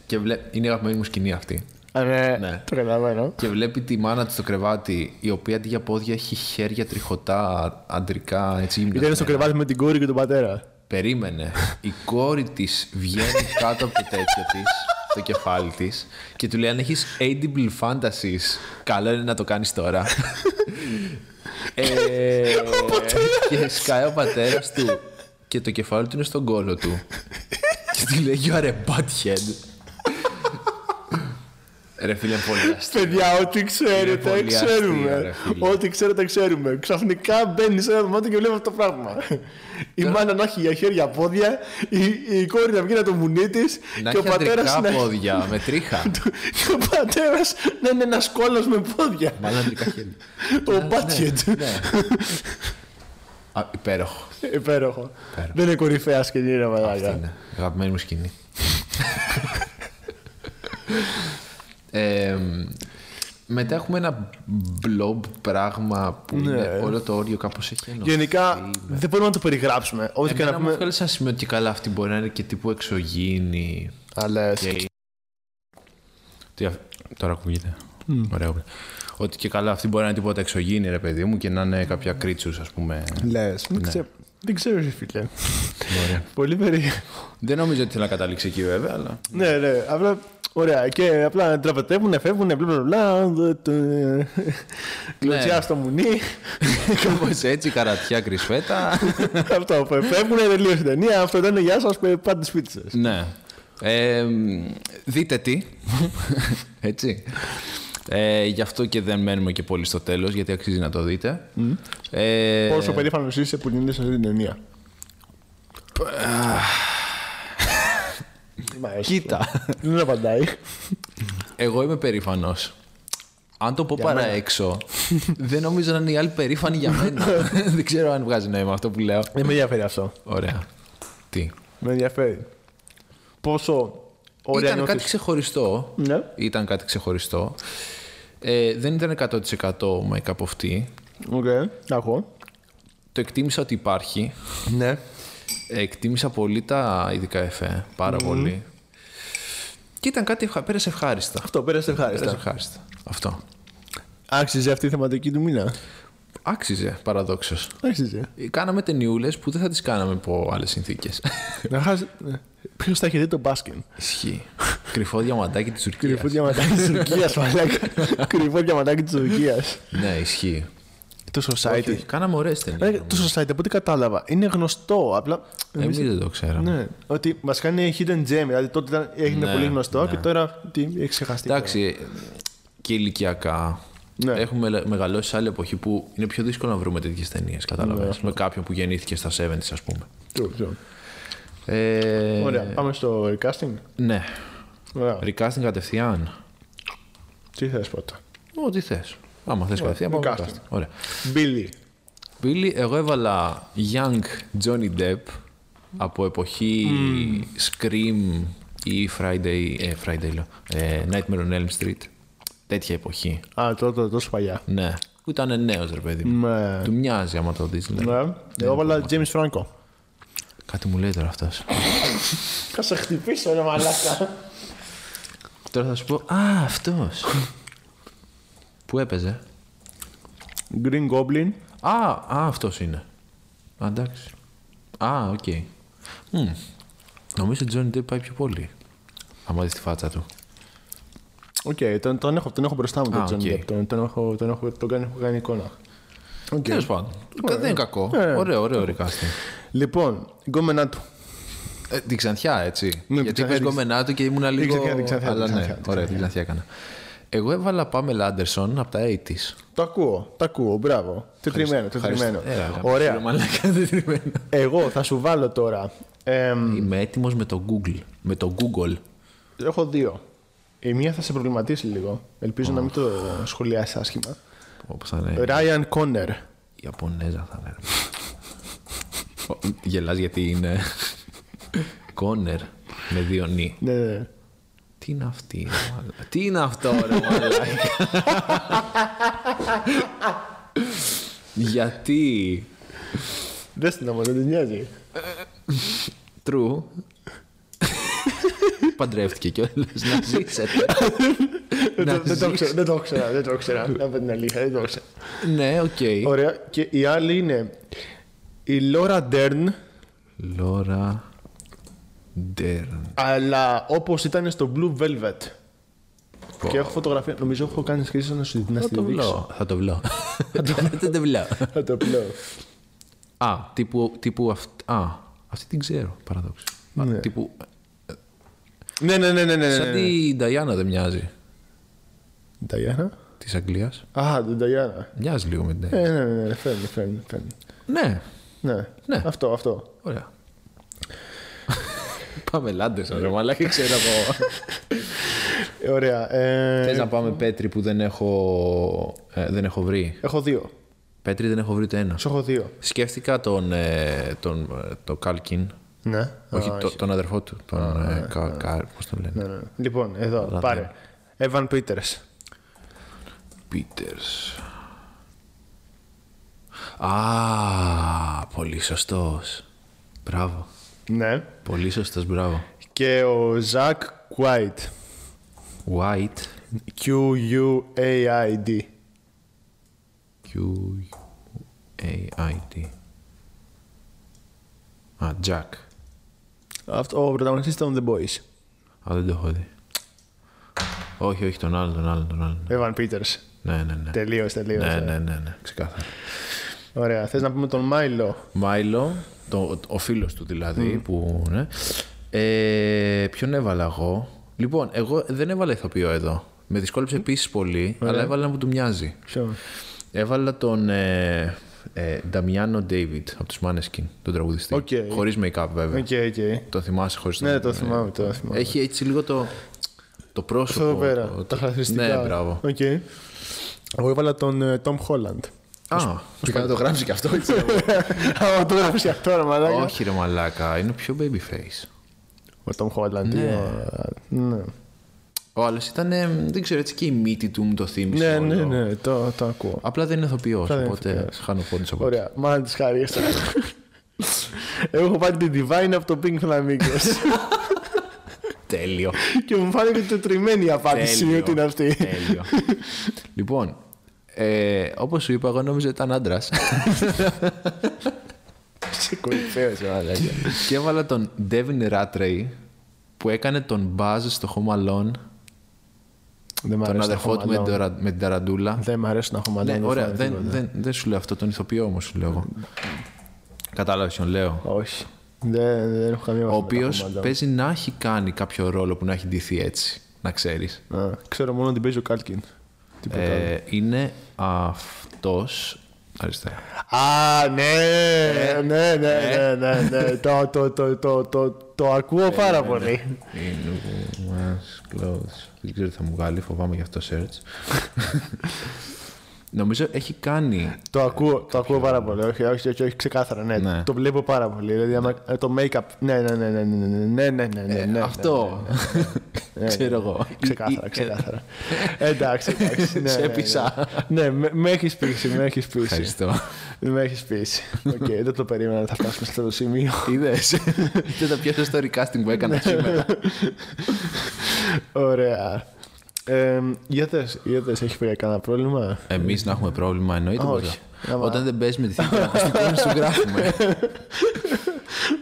[SPEAKER 1] Και βλέ... Είναι η αγαπημένη μου σκηνή αυτή.
[SPEAKER 2] Α, ναι,
[SPEAKER 1] Ναι.
[SPEAKER 2] το καταλαβαίνω.
[SPEAKER 1] Και βλέπει τη μάνα του στο κρεβάτι, η οποία αντί για πόδια έχει χέρια τριχωτά, αντρικά, έτσι
[SPEAKER 2] Ήταν
[SPEAKER 1] γυμνασμένα.
[SPEAKER 2] στο κρεβάτι με την κόρη και τον πατέρα.
[SPEAKER 1] Περίμενε. Η κόρη της βγαίνει κάτω από το τέτοιο τη, το κεφάλι της, και του λέει: Αν έχεις edible fantasies, καλό είναι να το κάνεις τώρα. ε, και σκάει ο πατέρας του και το κεφάλι του είναι στον κόλο του. και του λέει: You are a butthead. Ρε φίλε, είναι πολύ αστείο.
[SPEAKER 2] Παιδιά, ό,τι
[SPEAKER 1] Είναι
[SPEAKER 2] ξέρετε,
[SPEAKER 1] πολύ αστείο, ρε
[SPEAKER 2] ξέρουμε.
[SPEAKER 1] φίλε.
[SPEAKER 2] Ό,τι ξέρετε, ξέρουμε. Ξαφνικά μπαίνεις σε ένα δωμάτιο και βλέπεις αυτό το πράγμα. Η μάνα να έχει για χέρια πόδια, η, η κόρη να βγει να το μουνί τη
[SPEAKER 1] Να
[SPEAKER 2] και ο ναι.
[SPEAKER 1] έχει αντρικά
[SPEAKER 2] πατέρας να.
[SPEAKER 1] πόδια με τρίχα.
[SPEAKER 2] και ο πατέρας να είναι ένας κόλλος με πόδια.
[SPEAKER 1] Μάλλον αντρικά χέρια. Ναι,
[SPEAKER 2] Ο μπάτσιετ.
[SPEAKER 1] Α, υπέροχο.
[SPEAKER 2] Υπέροχο. Δεν είναι κορυφαίας σκηνή, ρε
[SPEAKER 1] Αυτή
[SPEAKER 2] μαλάκα.
[SPEAKER 1] είναι. Αγαπημένη μου σκηνή. ε, Μετά έχουμε ένα blob πράγμα που
[SPEAKER 4] Ναι.
[SPEAKER 1] είναι όλο το όριο κάπως έχει ενωθεί.
[SPEAKER 4] Γενικά δεν μπορούμε να το περιγράψουμε. Ό,τι και
[SPEAKER 1] Εμένα
[SPEAKER 4] να
[SPEAKER 1] μου
[SPEAKER 4] πούμε.
[SPEAKER 1] βγάλε ένα σημείο ότι καλά αυτή μπορεί να είναι και τύπου εξωγήινη.
[SPEAKER 4] Αλλά.
[SPEAKER 1] Και... Τι αυ- Τώρα ακούγεται. Ωραία. ωραία. Ότι και καλά αυτή μπορεί να είναι τίποτα εξωγήινη, ρε παιδί μου, και να είναι κάποια creatures, ας πούμε.
[SPEAKER 4] Λες. Δεν ξέρω, ρε φίλε.
[SPEAKER 1] Ωραία.
[SPEAKER 4] Πολύ περίεργο.
[SPEAKER 1] Δεν νομίζω ότι θέλω να καταλήξει εκεί, βέβαια, αλλά.
[SPEAKER 4] Ναι, ναι. Απλά. Ωραία. Και απλά τραπετεύουν, φεύγουν, μπλα μπλα μπλα. Κλωτσιά στο μουνί.
[SPEAKER 1] Κάπως έτσι, καρατιά κρυσφέτα.
[SPEAKER 4] Αυτό. Φεύγουν, τελείωσε η ταινία. Αυτό ήταν. Γεια σας, πάτε σπίτι σας.
[SPEAKER 1] ναι. Ε, μ, δείτε τι. έτσι. Ε, γι' αυτό και δεν μένουμε και πολύ στο τέλος, γιατί αξίζει να το δείτε. Ε,
[SPEAKER 4] Πόσο περήφανος είσαι που είναι σε αυτή την ταινία. Μα, έχει.
[SPEAKER 1] Κοίτα.
[SPEAKER 4] Δεν απαντάει.
[SPEAKER 1] Εγώ είμαι περήφανος. Αν το πω παρά
[SPEAKER 4] μένα.
[SPEAKER 1] έξω, δεν νομίζω να είναι οι άλλοι περήφανοι για μένα. δεν ξέρω αν βγάζει νόημα αυτό που λέω.
[SPEAKER 4] Δεν με ενδιαφέρει αυτό.
[SPEAKER 1] Ωραία. Τι.
[SPEAKER 4] Με ενδιαφέρει. Πόσο ωραία
[SPEAKER 1] Ήταν
[SPEAKER 4] νιώθεις.
[SPEAKER 1] κάτι ξεχωριστό.
[SPEAKER 4] Ναι.
[SPEAKER 1] Ήταν κάτι ξεχωριστό. Ε, δεν ήταν 100% make-up αυτή.
[SPEAKER 4] Οκ. Να ακούω.
[SPEAKER 1] Το εκτίμησα ότι υπάρχει.
[SPEAKER 4] Ναι.
[SPEAKER 1] Ε, Εκτίμησα πολύ τα ειδικά εφέ. Πάρα πολύ. Και ήταν κάτι ευχα... πέρασε ευχάριστα.
[SPEAKER 4] Αυτό, πέρασε
[SPEAKER 1] Πέρασε
[SPEAKER 4] ευχάριστα.
[SPEAKER 1] ευχάριστα. Αυτό.
[SPEAKER 4] Άξιζε αυτή η θεματική του μήνα.
[SPEAKER 1] Άξιζε παραδόξως. Ε,
[SPEAKER 4] Άξιζε.
[SPEAKER 1] Κάναμε ταινιούλες που δεν θα τις κάναμε υπό άλλες συνθήκες.
[SPEAKER 4] Να χάσει. Ποιος θα έχει δει τον Μπάσκιν.
[SPEAKER 1] Ισχύει. Κρυφό διαμαντάκι τη Τουρκία.
[SPEAKER 4] Κρυφό διαματάκι τη Τουρκία, μαλάκα. Κρυφό διαματάκι τη Τουρκία.
[SPEAKER 1] Ναι, ισχύει.
[SPEAKER 4] Το
[SPEAKER 1] Όχι,
[SPEAKER 4] Society.
[SPEAKER 1] όχι, Κάναμε ωραίες
[SPEAKER 4] Ε,
[SPEAKER 1] ταινίε.
[SPEAKER 4] Το Society, από ό,τι κατάλαβα, είναι γνωστό. Απλά.
[SPEAKER 1] Εμείς δεν το ξέραμε.
[SPEAKER 4] Ναι, ότι μα κάνει hidden gem. Δηλαδή τότε ήταν- έγινε
[SPEAKER 1] Ναι,
[SPEAKER 4] πολύ γνωστό
[SPEAKER 1] ναι.
[SPEAKER 4] και τώρα τι, έχει ξεχαστεί.
[SPEAKER 1] Εντάξει, και ηλικιακά.
[SPEAKER 4] Ναι.
[SPEAKER 1] Έχουμε λε- μεγαλώσει σε άλλη εποχή που είναι πιο δύσκολο να βρούμε τέτοιες ταινίες. Κατάλαβες.
[SPEAKER 4] Ναι.
[SPEAKER 1] Με κάποιον που γεννήθηκε στα 70s, ας πούμε.
[SPEAKER 4] True, true.
[SPEAKER 1] Ε,
[SPEAKER 4] Ωραία, πάμε στο recasting.
[SPEAKER 1] Ναι.
[SPEAKER 4] Ωραία.
[SPEAKER 1] Recasting κατευθείαν.
[SPEAKER 4] Τι θες πρώτα.
[SPEAKER 1] Ό,τι θες. Άμα θες κατευθείαν, πάμε
[SPEAKER 4] recasting.
[SPEAKER 1] recasting. Ωραία.
[SPEAKER 4] Billy.
[SPEAKER 1] Billy, εγώ έβαλα Young Johnny Depp από εποχή Scream ή Friday, ε, Friday λέω, ε, Nightmare on Elm Street. Τέτοια εποχή.
[SPEAKER 4] Α, τότε τόσο παλιά.
[SPEAKER 1] Ναι. Που ήταν νέος ρε παιδί μου.
[SPEAKER 4] Ναι.
[SPEAKER 1] Του μοιάζει άμα το δεις. λέει.
[SPEAKER 4] Ναι. Εγώ έβαλα James Franco.
[SPEAKER 1] Κάτι μου λέει τώρα αυτός.
[SPEAKER 4] Θα σε χτυπήσω, ρε μαλάκα.
[SPEAKER 1] τώρα θα σου πω, α, αυτός. Που έπαιζε.
[SPEAKER 4] Green Goblin.
[SPEAKER 1] Α, α, αυτός είναι. Α, εντάξει. Α, οκ. Μμμ. Νομίζω ότι Johnny Depp πάει πιο πολύ. Άμα δεις τη φάτσα του.
[SPEAKER 4] Οκ, τον, τον, έχω, τον έχω μπροστά μου τον
[SPEAKER 1] Α,
[SPEAKER 4] Johnny
[SPEAKER 1] οκ.
[SPEAKER 4] Depp. Τον, τον, έχω, τον, έχω, τον κάνει, έχω κάνει εικόνα. Οκ.
[SPEAKER 1] Τέλος πάντων. Δεν είναι κακό.
[SPEAKER 4] Ε.
[SPEAKER 1] Ωραίο, ωραίο recasting.
[SPEAKER 4] Λοιπόν, γκόμενά του.
[SPEAKER 1] Ε, την ξανθιά, έτσι.
[SPEAKER 4] Ναι, την
[SPEAKER 1] Γιατί είπες
[SPEAKER 4] ξανθιά,
[SPEAKER 1] γκόμενά του και ήμουν λίγο.
[SPEAKER 4] ξανθιά, την ξανθιά,
[SPEAKER 1] Αλλά
[SPEAKER 4] την ξανθιά,
[SPEAKER 1] ναι,
[SPEAKER 4] την
[SPEAKER 1] ωραία, την ξανθιά έκανα. Εγώ έβαλα Πάμελα Άντερσον από τα 80s.
[SPEAKER 4] Το ακούω, το ακούω, μπράβο. Τετριμένο, τετριμένο.
[SPEAKER 1] Ευχαριστώ. Ε, αγαπητέ
[SPEAKER 4] Ωραία.
[SPEAKER 1] φίλε, μαλάκα, τετριμένο.
[SPEAKER 4] Εγώ θα σου βάλω τώρα. εμ,
[SPEAKER 1] Mm. Είμαι έτοιμος με το Google. Με το Google.
[SPEAKER 4] Έχω δύο. Η μία θα σε προβληματίσει λίγο. Ελπίζω να μην το σχολιάσεις άσχημα.
[SPEAKER 1] Όπως θα είναι.
[SPEAKER 4] Ryan Conner.
[SPEAKER 1] Η Ιαπωνέζα θα είναι. Ο, Γελάς γιατί είναι. Κόνερ με δύο νι.
[SPEAKER 4] Ναι, ναι, ναι.
[SPEAKER 1] Τι είναι αυτή, ρε μαλα- Τι είναι αυτό, ρε μαλάκα. Γιατί.
[SPEAKER 4] Δες την όμως, δεν την νοιάζει.
[SPEAKER 1] True. Παντρεύτηκε κιόλας. Να ζήσετε.
[SPEAKER 4] Δεν
[SPEAKER 1] Να
[SPEAKER 4] το- δεν το
[SPEAKER 1] ζεις.
[SPEAKER 4] ξέρα, δεν το ξέρα, δεν το ξέρα. Να πω την αλήθεια, δεν το ξέρα.
[SPEAKER 1] Ναι, οκ.
[SPEAKER 4] Ωραία. Και η άλλη είναι η Laura Dern,
[SPEAKER 1] Λόρα Ντέρν.
[SPEAKER 4] αλλά όπως ήταν στο Blue Velvet. Και έχω φωτογραφία, νομίζω έχω κάνει σχέση να σου να
[SPEAKER 1] Θα
[SPEAKER 4] στη
[SPEAKER 1] το
[SPEAKER 4] δείξω.
[SPEAKER 1] βλώ. Θα το βλώ. Θα το βλώ.
[SPEAKER 4] Θα το πλέω.
[SPEAKER 1] Α, τύπου. τύπου αυ- Α, αυτή την ξέρω. Παραδόξω. Α,
[SPEAKER 4] Ναι.
[SPEAKER 1] Τύπου.
[SPEAKER 4] Ναι, ναι, ναι, ναι, ναι.
[SPEAKER 1] Σαν
[SPEAKER 4] ναι.
[SPEAKER 1] τη Νταϊάννα δεν μοιάζει.
[SPEAKER 4] Νταγιάννα.
[SPEAKER 1] Της Αγγλίας.
[SPEAKER 4] Α, την Νταγιάννα.
[SPEAKER 1] Μοιάζει λίγο με την Νταϊάννα.
[SPEAKER 4] Ε, ναι, ναι, ναι, φέρνει, φέρνει, φέρνει.
[SPEAKER 1] Ναι,
[SPEAKER 4] Ναι,
[SPEAKER 1] Ναι.
[SPEAKER 4] αυτό, αυτό.
[SPEAKER 1] ωραία. Πάμε λάντες, ρε μαλάκα, ξέρω εγώ.
[SPEAKER 4] Ε, Ωραία. Ε,
[SPEAKER 1] Θες να πάμε Πέτρη που δεν έχω, ε, δεν έχω βρει.
[SPEAKER 4] Έχω δύο.
[SPEAKER 1] Πέτρη δεν έχω βρει το ένα.
[SPEAKER 4] Σου έχω δύο.
[SPEAKER 1] Σκέφτηκα τον, ε, τον, ε, τον Κάλκιν.
[SPEAKER 4] Ναι.
[SPEAKER 1] όχι,
[SPEAKER 4] Α,
[SPEAKER 1] το- τον αδερφό του. Τον ε, Κα- Κα- πώς τον λένε.
[SPEAKER 4] ναι, ναι. Λοιπόν, εδώ, πάρε. Evan Peters.
[SPEAKER 1] Peters. Α, πολύ σωστός. Μπράβο.
[SPEAKER 4] Ναι.
[SPEAKER 1] Πολύ σωστός, μπράβο.
[SPEAKER 4] Και ο Ζακ Κουάιτ.
[SPEAKER 1] White.
[SPEAKER 4] Q-U-A-I-D.
[SPEAKER 1] Q. A. I. T. Α, Jack.
[SPEAKER 4] Αυτό ο πρωταγωνιστής των The Boys.
[SPEAKER 1] Α, δεν το έχω δει. Όχι, όχι, τον άλλον, τον άλλον, τον άλλον.
[SPEAKER 4] Evan Peters.
[SPEAKER 1] Ναι, ναι, ναι.
[SPEAKER 4] Τελείως, τελείως.
[SPEAKER 1] Ναι, ναι, ναι, ναι, ξεκάθαρα.
[SPEAKER 4] Ωραία. Θες να πούμε τον Μάιλο.
[SPEAKER 1] Μάιλο, το, ο φίλος του δηλαδή, που, ναι. Ε, ποιον έβαλα εγώ. Λοιπόν, εγώ δεν έβαλα ηθοποιό εδώ. Με δυσκόλεψε επίσης πολύ, αλλά έβαλα ένα που του μοιάζει.
[SPEAKER 4] Ποιο.
[SPEAKER 1] Έβαλα τον ε, ε, Νταμιάνο Ντέιβιτ από τους Μάνεσκιν, τον τραγουδιστή.
[SPEAKER 4] Οκ.
[SPEAKER 1] Χωρίς make-up βέβαια.
[SPEAKER 4] Οκ, οκ.
[SPEAKER 1] Το θυμάσαι χωρίς
[SPEAKER 4] Ναι, το θυμάμαι, το θυμάμαι.
[SPEAKER 1] Έχει έτσι λίγο το, Ε, το πρόσωπο.
[SPEAKER 4] Αυτό εδώ πέρα,
[SPEAKER 1] το-
[SPEAKER 4] τα χαρακτηριστικά.
[SPEAKER 1] Ναι, μπράβο.
[SPEAKER 4] Οκ. Εγώ έβαλα τον ε, Tom Holland.
[SPEAKER 1] Α, πήγα να το γράψει και αυτό. έτσι.
[SPEAKER 4] Άμα το έγραψε αυτό, ρε μαλάκα.
[SPEAKER 1] Όχι ρε μαλάκα, είναι πιο babyface.
[SPEAKER 4] Ο Tom Holland.
[SPEAKER 1] Ναι.
[SPEAKER 4] ο- Ναι.
[SPEAKER 1] Ο άλλος ήταν, ε, δεν ξέρω, έτσι και η μύτη του μου το θύμισε.
[SPEAKER 4] Ναι,
[SPEAKER 1] όλο.
[SPEAKER 4] ναι, ναι, το, το ακούω.
[SPEAKER 1] Απλά δεν είναι ηθοποιός,
[SPEAKER 4] δεν είναι
[SPEAKER 1] οπότε
[SPEAKER 4] ηθοποιός.
[SPEAKER 1] χάνω πόντου από εκεί.
[SPEAKER 4] Ωραία, μάνα τη χάρη. Έχω βάλει την Divine από το Pink Flamingos.
[SPEAKER 1] Τέλειο.
[SPEAKER 4] και μου φάνηκε τετριμένη η απάντηση
[SPEAKER 1] Τέλειο.
[SPEAKER 4] ότι είναι αυτή.
[SPEAKER 1] Τέλειο. λοιπόν, ε, όπως σου είπα, εγώ νόμιζα ότι ήταν άντρας.
[SPEAKER 4] Σε κορυφαίος, σε μαλάκα.
[SPEAKER 1] και έβαλα τον Devin Rattray που έκανε τον Buzz στο Home Alone,
[SPEAKER 4] Δεν
[SPEAKER 1] τον
[SPEAKER 4] μ' αρέσει.
[SPEAKER 1] αδερφό του με, την ταρα- με την ταραντούλα.
[SPEAKER 4] Δεν μ' αρέσει να έχω μαλλιά.
[SPEAKER 1] ναι, ωραία, δεν, δεν, δεν σου λέω αυτό, τον ηθοποιό όμως σου λέω. εγώ. Κατάλαβες ποιον λέω.
[SPEAKER 4] Όχι. Δεν, δεν έχω καμία
[SPEAKER 1] Ο
[SPEAKER 4] βάση να τα
[SPEAKER 1] οποίο
[SPEAKER 4] έχω μαλλιά.
[SPEAKER 1] παίζει να έχει κάνει κάποιο ρόλο που να έχει ντυθεί έτσι, να ξέρεις.
[SPEAKER 4] Α, Ξέρω μόνο ότι παίζει ο Κάλκιν. Τίποτα άλλο.
[SPEAKER 1] Ε, είναι αυτός... Αριστερά.
[SPEAKER 4] Α, ναι, ναι, ναι, ναι, ναι, ναι. το, το, το, το, το, το ακούω πάρα πολύ.
[SPEAKER 1] Δεν ξέρω τι θα μου βγάλει, φοβάμαι γι' αυτό search. Νομίζω έχει κάνει.
[SPEAKER 4] Το ακούω, το ακούω πάρα πολύ. Όχι, όχι, όχι, όχι ξεκάθαρα, ναι.
[SPEAKER 1] Ναι.
[SPEAKER 4] Το βλέπω πάρα πολύ. Δηλαδή, άμα- ε, το make-up. Ναι, ναι, ναι, ναι, ναι, ναι, ναι, ναι, ναι,
[SPEAKER 1] Ε,
[SPEAKER 4] ναι, ναι.
[SPEAKER 1] αυτό.
[SPEAKER 4] ναι, ναι.
[SPEAKER 1] Ξέρω εγώ.
[SPEAKER 4] Ξεκάθαρα, ξεκάθαρα. ε, Εντάξει, εντάξει. ναι,
[SPEAKER 1] Σε
[SPEAKER 4] ναι, ναι.
[SPEAKER 1] έπεισα.
[SPEAKER 4] Ναι, με- με έχεις πείσει, με έχεις πείσει.
[SPEAKER 1] Ευχαριστώ.
[SPEAKER 4] Με έχεις πείσει. Οκ, δεν το περίμενα να θα φτάσουμε σε αυτό το σημείο.
[SPEAKER 1] Είδες. Ήταν το πιο σωστό recasting που έκανα σήμερα.
[SPEAKER 4] Ωραία. Ε, για δες, για δες, έχει πει κανένα πρόβλημα.
[SPEAKER 1] Εμείς να έχουμε πρόβλημα εννοείται.
[SPEAKER 4] Όχι.
[SPEAKER 1] πως θα.
[SPEAKER 4] Άμα-
[SPEAKER 1] Όταν δεν παίζει με τη θήκη των ακουστικών, σου γράφουμε.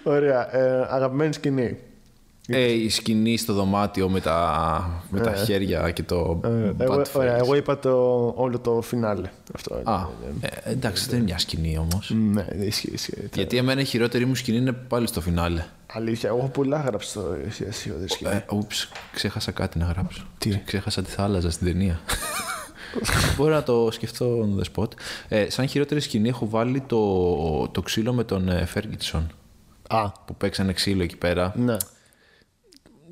[SPEAKER 4] Ωραία. Ε, αγαπημένη σκηνή.
[SPEAKER 1] Ε, η σκηνή στο δωμάτιο με τα, με τα χέρια και το.
[SPEAKER 4] Ε,
[SPEAKER 1] butt
[SPEAKER 4] εγώ, ωραία,
[SPEAKER 1] face.
[SPEAKER 4] εγώ είπα το, όλο το φινάλε. Αυτό.
[SPEAKER 1] Α, ε, εντάξει, δεν είναι μια σκηνή όμως.
[SPEAKER 4] Ναι, ναι, ισχύει. ισχύει.
[SPEAKER 1] Γιατί εμένα η χειρότερη μου σκηνή είναι πάλι στο φινάλε.
[SPEAKER 4] Αλήθεια, εγώ πολλά γράψα στο αισιόδη σκηνή.
[SPEAKER 1] Ε, ούψ, ξέχασα κάτι να γράψω.
[SPEAKER 4] Τι?
[SPEAKER 1] Ξέχασα τη θάλασσα στην ταινία. Μπορώ να το σκεφτώ on the spot. Ε, σαν χειρότερη σκηνή έχω βάλει το, το ξύλο με τον ε, Ferguson
[SPEAKER 4] Α,
[SPEAKER 1] που παίξανε ξύλο εκεί πέρα.
[SPEAKER 4] ναι.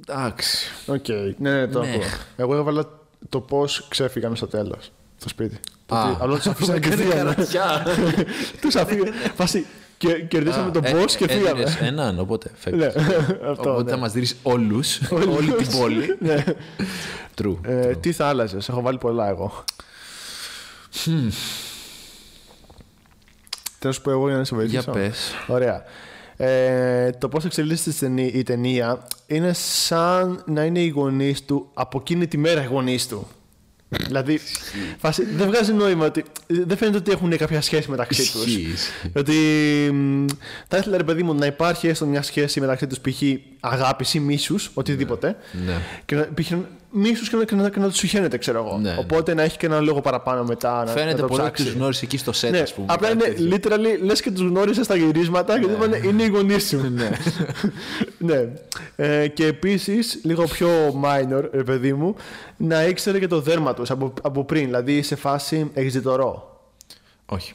[SPEAKER 1] Εντάξει.
[SPEAKER 4] Οκ, ναι, ναι, το
[SPEAKER 1] Ναι.
[SPEAKER 4] ακούω. Εγώ έβαλα το πώς ξέφυγαν στο τέλος. Στο σπίτι.
[SPEAKER 1] Α. Ναι,
[SPEAKER 4] Ότι Απλά του αφήσαμε
[SPEAKER 1] Έκανε
[SPEAKER 4] κατευθείαν.
[SPEAKER 1] καρατιά.
[SPEAKER 4] Τους αφήσαμε. Φάση, και- κερδίσαμε τον
[SPEAKER 1] Ναι, Α,
[SPEAKER 4] boss και
[SPEAKER 1] ε, έδινες
[SPEAKER 4] φύγαμε.
[SPEAKER 1] έναν, οπότε
[SPEAKER 4] Ναι,
[SPEAKER 1] φεύγεις.
[SPEAKER 4] αυτό.
[SPEAKER 1] Οπότε
[SPEAKER 4] ναι.
[SPEAKER 1] θα μα δει όλους, όλη την πόλη.
[SPEAKER 4] Ναι.
[SPEAKER 1] True.
[SPEAKER 4] Ε, Τι θα άλλαζες, έχω βάλει πολλά εγώ. Θέλω να σου πω εγώ για να σε βοηθήσω.
[SPEAKER 1] Για πες.
[SPEAKER 4] Ωραία. Ε, το πώς εξελίσσεται η ταινία, η ταινία είναι σαν να είναι οι γονείς του από εκείνη τη μέρα οι γονείς του. δηλαδή, φάση, δεν βγάζει νόημα ότι. Δεν φαίνεται ότι έχουν κάποια σχέση μεταξύ τους.
[SPEAKER 1] Ισχύει, ισχύει.
[SPEAKER 4] ότι. μ, Θα ήθελα, ρε παιδί μου, να υπάρχει έστω μια σχέση μεταξύ τους, π.χ. αγάπης ή μίσους, οτιδήποτε.
[SPEAKER 1] Ναι.
[SPEAKER 4] Και να- π.χ. μίσου και να, και να, και να τους συχαίνεται, ξέρω εγώ.
[SPEAKER 1] Ναι, ναι.
[SPEAKER 4] Οπότε να έχει και έναν λόγο παραπάνω μετά. να- να
[SPEAKER 1] Φαίνεται
[SPEAKER 4] το
[SPEAKER 1] πολύ ότι
[SPEAKER 4] ψάξει.
[SPEAKER 1] τους γνώρισε εκεί στο σετ,
[SPEAKER 4] Ναι,
[SPEAKER 1] ας πούμε.
[SPEAKER 4] απλά
[SPEAKER 1] κάτι
[SPEAKER 4] είναι
[SPEAKER 1] τέτοιο. Ναι.
[SPEAKER 4] literally λες και τους γνώρισε στα γυρίσματα και του είπανε είναι οι γονείς σου. ναι. Ε, και επίσης, λίγο πιο minor, ρε παιδί μου, να ήξερε και το δέρμα του από, από πριν. Δηλαδή σε φάση έχεις ζητορό.
[SPEAKER 1] Όχι.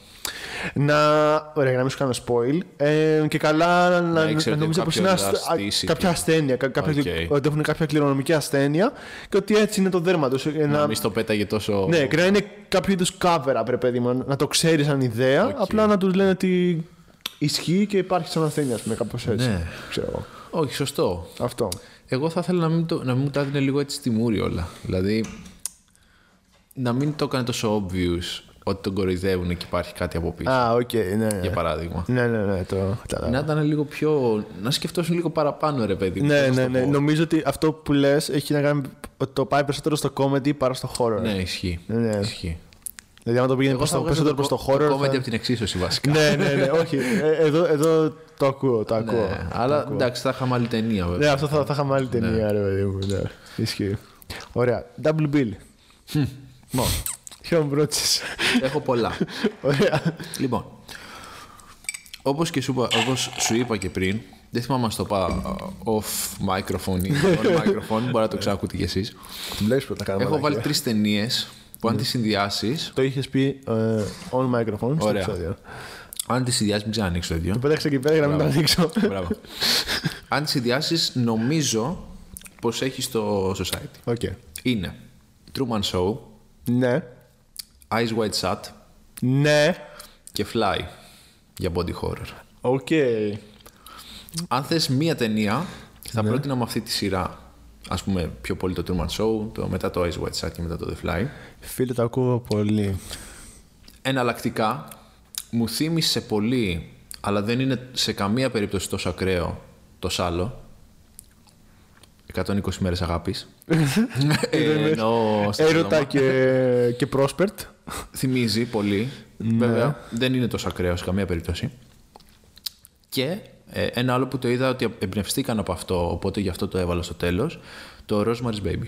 [SPEAKER 4] Να. Ωραία, για να μην σου κάνω spoil. Ε, και καλά να,
[SPEAKER 1] ήξερε
[SPEAKER 4] να
[SPEAKER 1] ότι
[SPEAKER 4] νομίζω πω
[SPEAKER 1] κάποιον
[SPEAKER 4] είναι
[SPEAKER 1] θα
[SPEAKER 4] ασ- α-
[SPEAKER 1] στήσει
[SPEAKER 4] κάποια
[SPEAKER 1] του.
[SPEAKER 4] ασθένεια. κα- κάποια-
[SPEAKER 1] Οκ.
[SPEAKER 4] Ότι έχουν κάποια κληρονομική ασθένεια και ότι έτσι είναι το δέρμα ε, του.
[SPEAKER 1] Να μην στο πέταγε τόσο.
[SPEAKER 4] Ναι, και να είναι κάποιο είδους cover up, ρε παιδί μου, να το ξέρεις σαν ιδέα, απλά να τους λένε ότι ισχύει και υπάρχει σαν ασθένεια, ας πούμε, κάπως έτσι.
[SPEAKER 1] Ναι.
[SPEAKER 4] Ξέρω εγώ.
[SPEAKER 1] Όχι, σωστό.
[SPEAKER 4] Αυτό.
[SPEAKER 1] Εγώ θα ήθελα να μην, το, να μην μου τα έδινε λίγο έτσι στη μούρη όλα. Δηλαδή. να μην το έκανε τόσο obvious ότι τον κοροϊδεύουν και υπάρχει κάτι από πίσω.
[SPEAKER 4] Α, οκ, ναι, ναι.
[SPEAKER 1] Για παράδειγμα.
[SPEAKER 4] Ναι, ναι, ναι, το
[SPEAKER 1] Να
[SPEAKER 4] κατάλαβα.
[SPEAKER 1] ήταν λίγο πιο. να σκεφτώσουν λίγο παραπάνω, ρε παιδί. μου,
[SPEAKER 4] Ναι,
[SPEAKER 1] πώς να το
[SPEAKER 4] ναι, ναι.
[SPEAKER 1] πω.
[SPEAKER 4] Νομίζω ότι αυτό που λες έχει να κάνει ότι το πάει περισσότερο στο comedy παρά στο horror.
[SPEAKER 1] Ναι, ισχύει.
[SPEAKER 4] Ναι.
[SPEAKER 1] Ισχύει.
[SPEAKER 4] Δηλαδή, άμα το πήγαινε
[SPEAKER 1] Εγώ
[SPEAKER 4] προς
[SPEAKER 1] θα
[SPEAKER 4] το,
[SPEAKER 1] βγάζω το,
[SPEAKER 4] περισσότερο προς
[SPEAKER 1] το,
[SPEAKER 4] το
[SPEAKER 1] το,
[SPEAKER 4] horror.
[SPEAKER 1] comedy
[SPEAKER 4] θα-
[SPEAKER 1] από την εξίσωση βασικά.
[SPEAKER 4] Ναι, ναι, ναι, όχι. Ε, Εδώ, εδώ το ακούω, το ακούω.
[SPEAKER 1] Ναι, αλλά εντάξει, θα είχαμε άλλη ταινία βέβαια.
[SPEAKER 4] Ναι, αυτό θα, θα είχαμε άλλη ταινία, ρε παιδί μου. Ναι, ισχύει. Ωραία. Double bill.
[SPEAKER 1] Λοιπόν,
[SPEAKER 4] Χαίρομαι πρώτης.
[SPEAKER 1] έχω πολλά.
[SPEAKER 4] Ναι. Ωραία.
[SPEAKER 1] λοιπόν, όπως, και σου, είπα, όπως σου είπα και πριν, δεν θυμάμαι να σου το πάω ε, off microphone ή on microphone, μπορεί να το ξανακούτε κι εσείς.
[SPEAKER 4] Την βλέπεις πρώτα κάνουμε.
[SPEAKER 1] Έχω βάλει τρεις ταινίες που αν τις συνδυάσεις,
[SPEAKER 4] Το είχες πει ε, on microphone στο
[SPEAKER 1] Ωραία.
[SPEAKER 4] επεισόδιο.
[SPEAKER 1] αν τις συνδυάσεις μην ξανανοίξω το ίδιο.
[SPEAKER 4] Το πέταξα εκεί πέρα για να μην το ανοίξω.
[SPEAKER 1] Μπράβο. αν τις συνδυάσεις νομίζω πως έχεις στο society.
[SPEAKER 4] Οκ.
[SPEAKER 1] Είναι Truman Show,
[SPEAKER 4] Ναι.
[SPEAKER 1] Eyes Wide Shut
[SPEAKER 4] Ναι.
[SPEAKER 1] και Fly για body horror.
[SPEAKER 4] Οκ.
[SPEAKER 1] Αν θες μία ταινία, θα πρότεινα με αυτή τη σειρά. Ας πούμε, πιο πολύ το Truman Show, το, μετά το Ice White Shark και μετά το The Fly.
[SPEAKER 4] Φίλε, το ακούω πολύ.
[SPEAKER 1] Εναλλακτικά, μου θύμισε πολύ, αλλά δεν είναι σε καμία περίπτωση τόσο ακραίο το Σάλο. 120 μέρες αγάπης. ε, εννοώ, στο σύντομα.
[SPEAKER 4] Έρωτα ε, και, και πρόσπερτ.
[SPEAKER 1] Θυμίζει πολύ.
[SPEAKER 4] Ναι.
[SPEAKER 1] Βέβαια, δεν είναι τόσο ακραίο σε καμία περίπτωση. Και ε, ένα άλλο που το είδα ότι εμπνευστήκαν από αυτό, οπότε γι' αυτό το έβαλα στο τέλος, το Rosemary's Baby.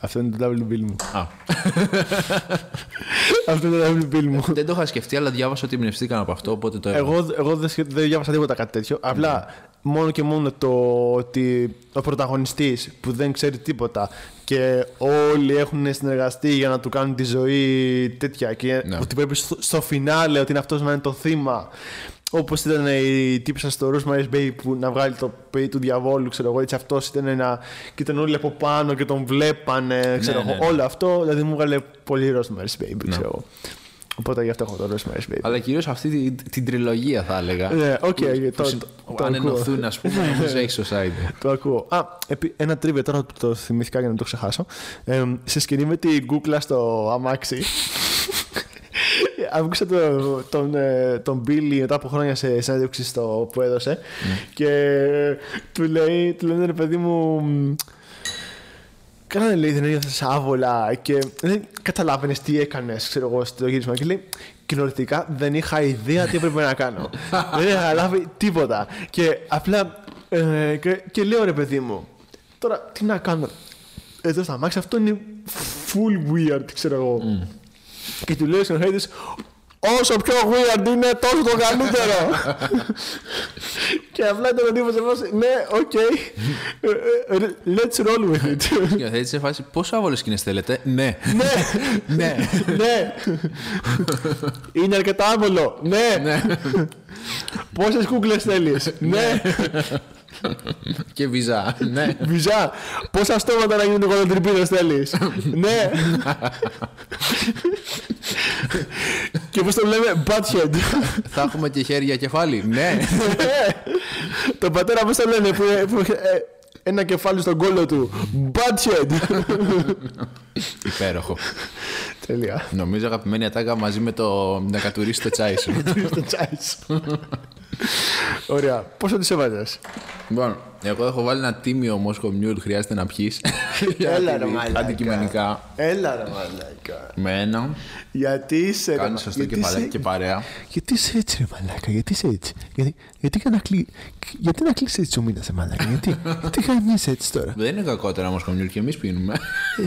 [SPEAKER 4] Αυτό είναι το double bill μου.
[SPEAKER 1] Α,
[SPEAKER 4] Αυτό είναι το double bill μου.
[SPEAKER 1] δεν το είχα σκεφτεί, αλλά διάβασα ότι εμπνευστήκαν από αυτό, οπότε το έβαλα.
[SPEAKER 4] Εγώ, εγώ δεν, σχε- δεν διάβασα τίποτα κάτι τέτοιο. Απλά μόνο και μόνο το ότι ο πρωταγωνιστής που δεν ξέρει τίποτα και όλοι έχουν συνεργαστεί για να του κάνουν τη ζωή τέτοια και
[SPEAKER 1] Ναι.
[SPEAKER 4] ότι πρέπει στο, στο φινάλε ότι είναι αυτός να είναι το θύμα. Όπως ήταν η τύπησα στο Rosemary's Baby που να βγάλει το παιδί του διαβόλου, ξέρω εγώ, έτσι αυτός ήταν ένα. και ήταν όλοι από πάνω και τον βλέπανε, ξέρω
[SPEAKER 1] ναι,
[SPEAKER 4] εγώ.
[SPEAKER 1] ναι.
[SPEAKER 4] Όλο αυτό δηλαδή μου βγάλε πολύ Rosemary's Baby, ξέρω εγώ. Οπότε γι' αυτό έχω το Rosemary's Baby.
[SPEAKER 1] Αλλά κυρίως αυτή τη- την τριλογία θα έλεγα.
[SPEAKER 4] Ναι, οκ,
[SPEAKER 1] Που-
[SPEAKER 4] οκ,
[SPEAKER 1] που
[SPEAKER 4] το-
[SPEAKER 1] συν-
[SPEAKER 4] το- το
[SPEAKER 1] Αν
[SPEAKER 4] ακούω.
[SPEAKER 1] ενωθούν, ας πούμε, νομίζω έχει society.
[SPEAKER 4] Το ακούω. Α, επί- ένα τρίβε τώρα που το θυμήθηκα για να μην το ξεχάσω. Ε, σε σκηνή με την κούκλα στο αμάξι. Άκουσα το- τον, ε, τον Billy μετά από χρόνια σε συνέντευξη στο, που έδωσε και του λέει, του λένε ρε παιδί μου μ, Καλά λέει δεν ένιωθες άβολα και δεν καταλάβαινες τι έκανες ξέρω εγώ στο γύρισμα και λέει κοινωνικά δεν είχα ιδέα τι έπρεπε να κάνω δεν είχα καταλάβει τίποτα και απλά ε, και, και λέω ρε παιδί μου τώρα τι να κάνω εδώ στα μάξι αυτό είναι full weird ξέρω εγώ και του λέει ο Χέιντι, Όσο πιο weird είναι, τόσο το καλύτερο. και απλά ήταν ο τύπος σε φάση, Ναι, οκ. Ε, ε, Let's roll with it.
[SPEAKER 1] Και θα έτσι σε φάση, πόσο άβολες σκηνές θέλετε. Ναι.
[SPEAKER 4] ναι,
[SPEAKER 1] Ναι.
[SPEAKER 4] ναι. είναι αρκετά άβολο. Ναι.
[SPEAKER 1] Ναι.
[SPEAKER 4] Πόσες κούκλες θέλεις. ναι.
[SPEAKER 1] Και βίζα. Ναι.
[SPEAKER 4] Βυζά. Πόσα στόματα να γίνουν κολοτριπίδες θέλεις. ναι. και πώ το λέμε, butthead.
[SPEAKER 1] Θα έχουμε και χέρια κεφάλι. Ναι.
[SPEAKER 4] Το πατέρα πώς το λένε που, που είχε ε, ένα κεφάλι στον κόλλο του. Butthead.
[SPEAKER 1] Υπέροχο.
[SPEAKER 4] Τελεία.
[SPEAKER 1] Νομίζω αγαπημένη ατάκα μαζί με το να κατουρίσει το τσάι σου.
[SPEAKER 4] Στο τσάι σου. Ωραία. Πόσο τις έβαζες.
[SPEAKER 1] λοιπόν, εγώ έχω βάλει ένα τίμιο Μόσχο Μιούλ, χρειάζεται να πιεις.
[SPEAKER 4] Έλα, ρε μαλάκα.
[SPEAKER 1] Αντικειμενικά.
[SPEAKER 4] Έλα ρε μαλάκα.
[SPEAKER 1] Με ένα,
[SPEAKER 4] Γιατί είσαι ρε
[SPEAKER 1] κάνει
[SPEAKER 4] μα-
[SPEAKER 1] σωστό
[SPEAKER 4] γιατί
[SPEAKER 1] και, παρέ-
[SPEAKER 4] είσαι-
[SPEAKER 1] και παρέα.
[SPEAKER 4] Γιατί είσαι έτσι ρε μαλάκα. Γιατί είσαι έτσι. Γιατί, γιατί, να, κλει... γιατί να κλείσεις έτσι ο μήνας ρε μαλάκα. Γιατί, γιατί γαμιέσαι έτσι τώρα.
[SPEAKER 1] Δεν είναι κακότερα Μόσχο Μιούλ και εμείς πίνουμε.